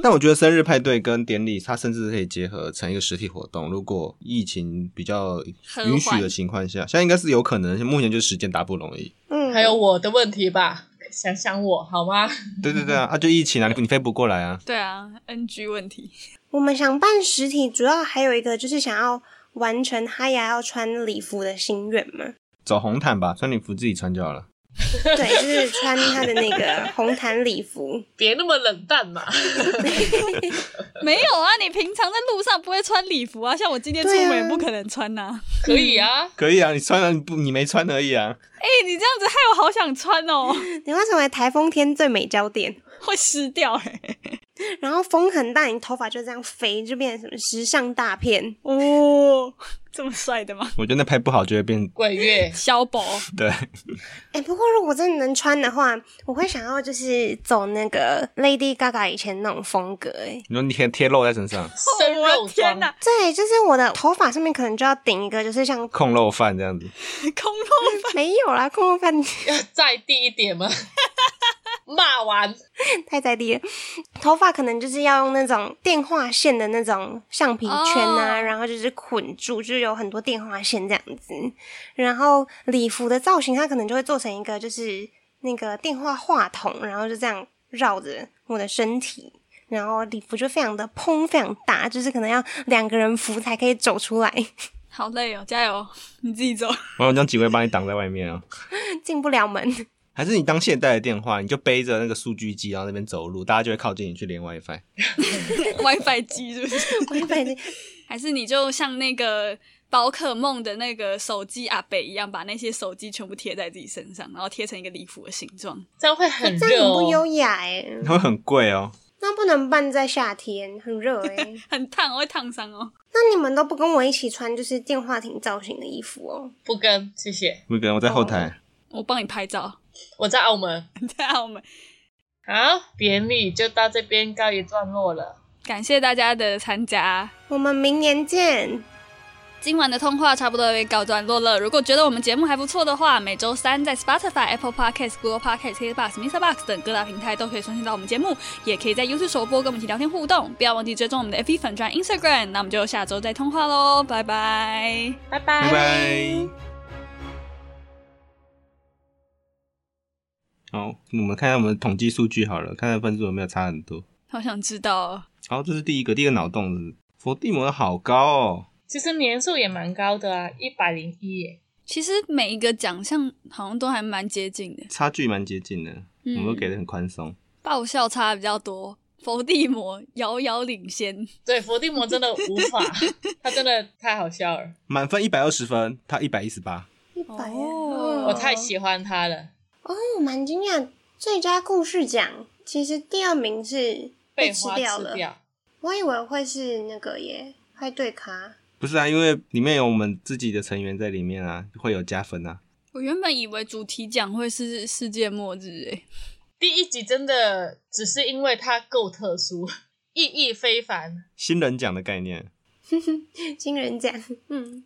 [SPEAKER 4] 但我觉得生日派对跟典礼，它甚至可以结合成一个实体活动。如果疫情比较
[SPEAKER 2] 和
[SPEAKER 4] 允许
[SPEAKER 2] 缓
[SPEAKER 4] 的情况下，现在应该是有可能，目前就是时间打不容易。
[SPEAKER 1] 嗯，
[SPEAKER 3] 还有我的问题吧，想想我好吗？
[SPEAKER 4] 对对对啊，啊就疫情啊，你你飞不过来啊。
[SPEAKER 2] 对啊，NG 问题。
[SPEAKER 1] 我们想办实体，主要还有一个就是想要完成哈雅要穿礼服的心愿嘛。
[SPEAKER 4] 走红毯吧，穿礼服自己穿就好了。
[SPEAKER 1] 对，就是穿他的那个红毯礼服。
[SPEAKER 3] 别那么冷淡嘛。
[SPEAKER 2] 没有啊，你平常在路上不会穿礼服啊，像我今天出
[SPEAKER 1] 对啊
[SPEAKER 2] 门也不可能穿呐、
[SPEAKER 3] 可以啊，
[SPEAKER 4] 可以啊，你穿了你不你没穿而已啊。
[SPEAKER 2] 哎、你这样子害我好想穿哦，
[SPEAKER 1] 你会成为台风天最美焦点。
[SPEAKER 2] 会湿掉哎、
[SPEAKER 1] 然后风很大，你头发就这样飞，就变成什么时尚大片。
[SPEAKER 2] 哦， 这么帅的吗？
[SPEAKER 4] 我觉得那拍不好就会变
[SPEAKER 3] 鬼月
[SPEAKER 2] 肖博，
[SPEAKER 4] 对，
[SPEAKER 1] 哎、不过如果真的能穿的话，我会想要就是走那个 Lady Gaga 以前那种风格、哎，
[SPEAKER 4] 你说你可以贴肉在身上，
[SPEAKER 3] 生肉
[SPEAKER 2] 哦我的天
[SPEAKER 3] 妆，
[SPEAKER 2] 哪，
[SPEAKER 1] 对，就是我的头发上面可能就要顶一个，就是像
[SPEAKER 4] 控肉饭这样子，
[SPEAKER 2] 空肉
[SPEAKER 1] 没有啦，空空饭
[SPEAKER 3] 要再低一点吗？ 骂完
[SPEAKER 1] 太在地了，头发可能就是要用那种电话线的那种橡皮圈啊
[SPEAKER 2] 哦
[SPEAKER 1] 然后就是捆住，就是有很多电话线这样子。然后礼服的造型，它可能就会做成一个就是那个电话话筒，然后就这样绕着我的身体。然后礼服就非常的蓬，非常大，就是可能要两个人扶才可以走出来，
[SPEAKER 2] 好累哦，加油，你自己 走。
[SPEAKER 4] 然后将警卫帮你挡在外面啊。
[SPEAKER 1] 进不了 门。
[SPEAKER 4] 还是你当现代的电话，你就背着那个数据机，然后那边走路，大家就会靠近你去连 WiFi。
[SPEAKER 2] WiFi 机是不是？
[SPEAKER 1] 我就发现
[SPEAKER 2] 还是你就像那个宝可梦的那个手机阿北一样，把那些手机全部贴在自己身上，然后贴成一个礼服的形状。
[SPEAKER 3] 这样会很
[SPEAKER 1] 这样
[SPEAKER 3] 热
[SPEAKER 1] 很不
[SPEAKER 3] 哦。
[SPEAKER 1] 优雅哎、
[SPEAKER 4] 那会很贵哦，
[SPEAKER 1] 那不能办在夏天，很热哎、
[SPEAKER 2] 很烫，我会烫伤哦。
[SPEAKER 1] 那你们都不跟我一起穿就是电话亭造型的衣服哦？
[SPEAKER 3] 不跟，谢谢。
[SPEAKER 4] 不跟我在后台，
[SPEAKER 2] 我帮你拍照，
[SPEAKER 3] 我在澳门。
[SPEAKER 2] 在澳门。
[SPEAKER 3] 好，典礼就到这边告一段落了。
[SPEAKER 2] 感谢大家的参加。
[SPEAKER 1] 我们明年见，
[SPEAKER 2] 今晚的通话差不多被告段落了。如果觉得我们节目还不错的话，每周三在 Spotify、Apple Podcast、Google Podcast、KKBox、Mr. Box 等各大平台都可以收听到我们节目，也可以在 YouTube 首播跟我们一起聊天互动。不要忘记追踪我们的 FB 粉专 Instagram。那我们就下周再通话喽，拜拜。
[SPEAKER 3] 拜拜。
[SPEAKER 4] 哦拜拜。好，我们看一下我们的统计数据好了，看看分数有没有差很多。
[SPEAKER 2] 好想知道哦，
[SPEAKER 4] 好，这是第一个，第一个脑洞是伏地魔好高哦，
[SPEAKER 3] 其实年数也蛮高的啊，一百零一耶。
[SPEAKER 2] 其实每一个奖项好像都还蛮接近的，
[SPEAKER 4] 差距蛮接近的，
[SPEAKER 2] 嗯
[SPEAKER 4] 我们都给的很宽松。
[SPEAKER 2] 爆笑差比较多，伏地魔遥遥领先。
[SPEAKER 3] 对，伏地魔真的无 法，他真的太好笑了，
[SPEAKER 4] 满分一百二十分，他一百一十八，
[SPEAKER 1] 一百啊嗯
[SPEAKER 2] 哦
[SPEAKER 3] 我太喜欢他了。
[SPEAKER 1] 哦，蛮惊讶。最佳故事奖其实第二名是
[SPEAKER 3] 被
[SPEAKER 1] 吃
[SPEAKER 3] 花
[SPEAKER 1] 掉
[SPEAKER 3] 吃
[SPEAKER 1] 了，
[SPEAKER 3] 掉，
[SPEAKER 1] 我以为会是那个耶派对卡，
[SPEAKER 4] 不是啊，因为里面有我们自己的成员在里面啊，会有加分啊。
[SPEAKER 2] 我原本以为主题奖会是世界末日、欸诶。
[SPEAKER 3] 第一集真的只是因为它够特殊，意义非凡。
[SPEAKER 4] 新人奖的概念，
[SPEAKER 1] 金人奖，嗯，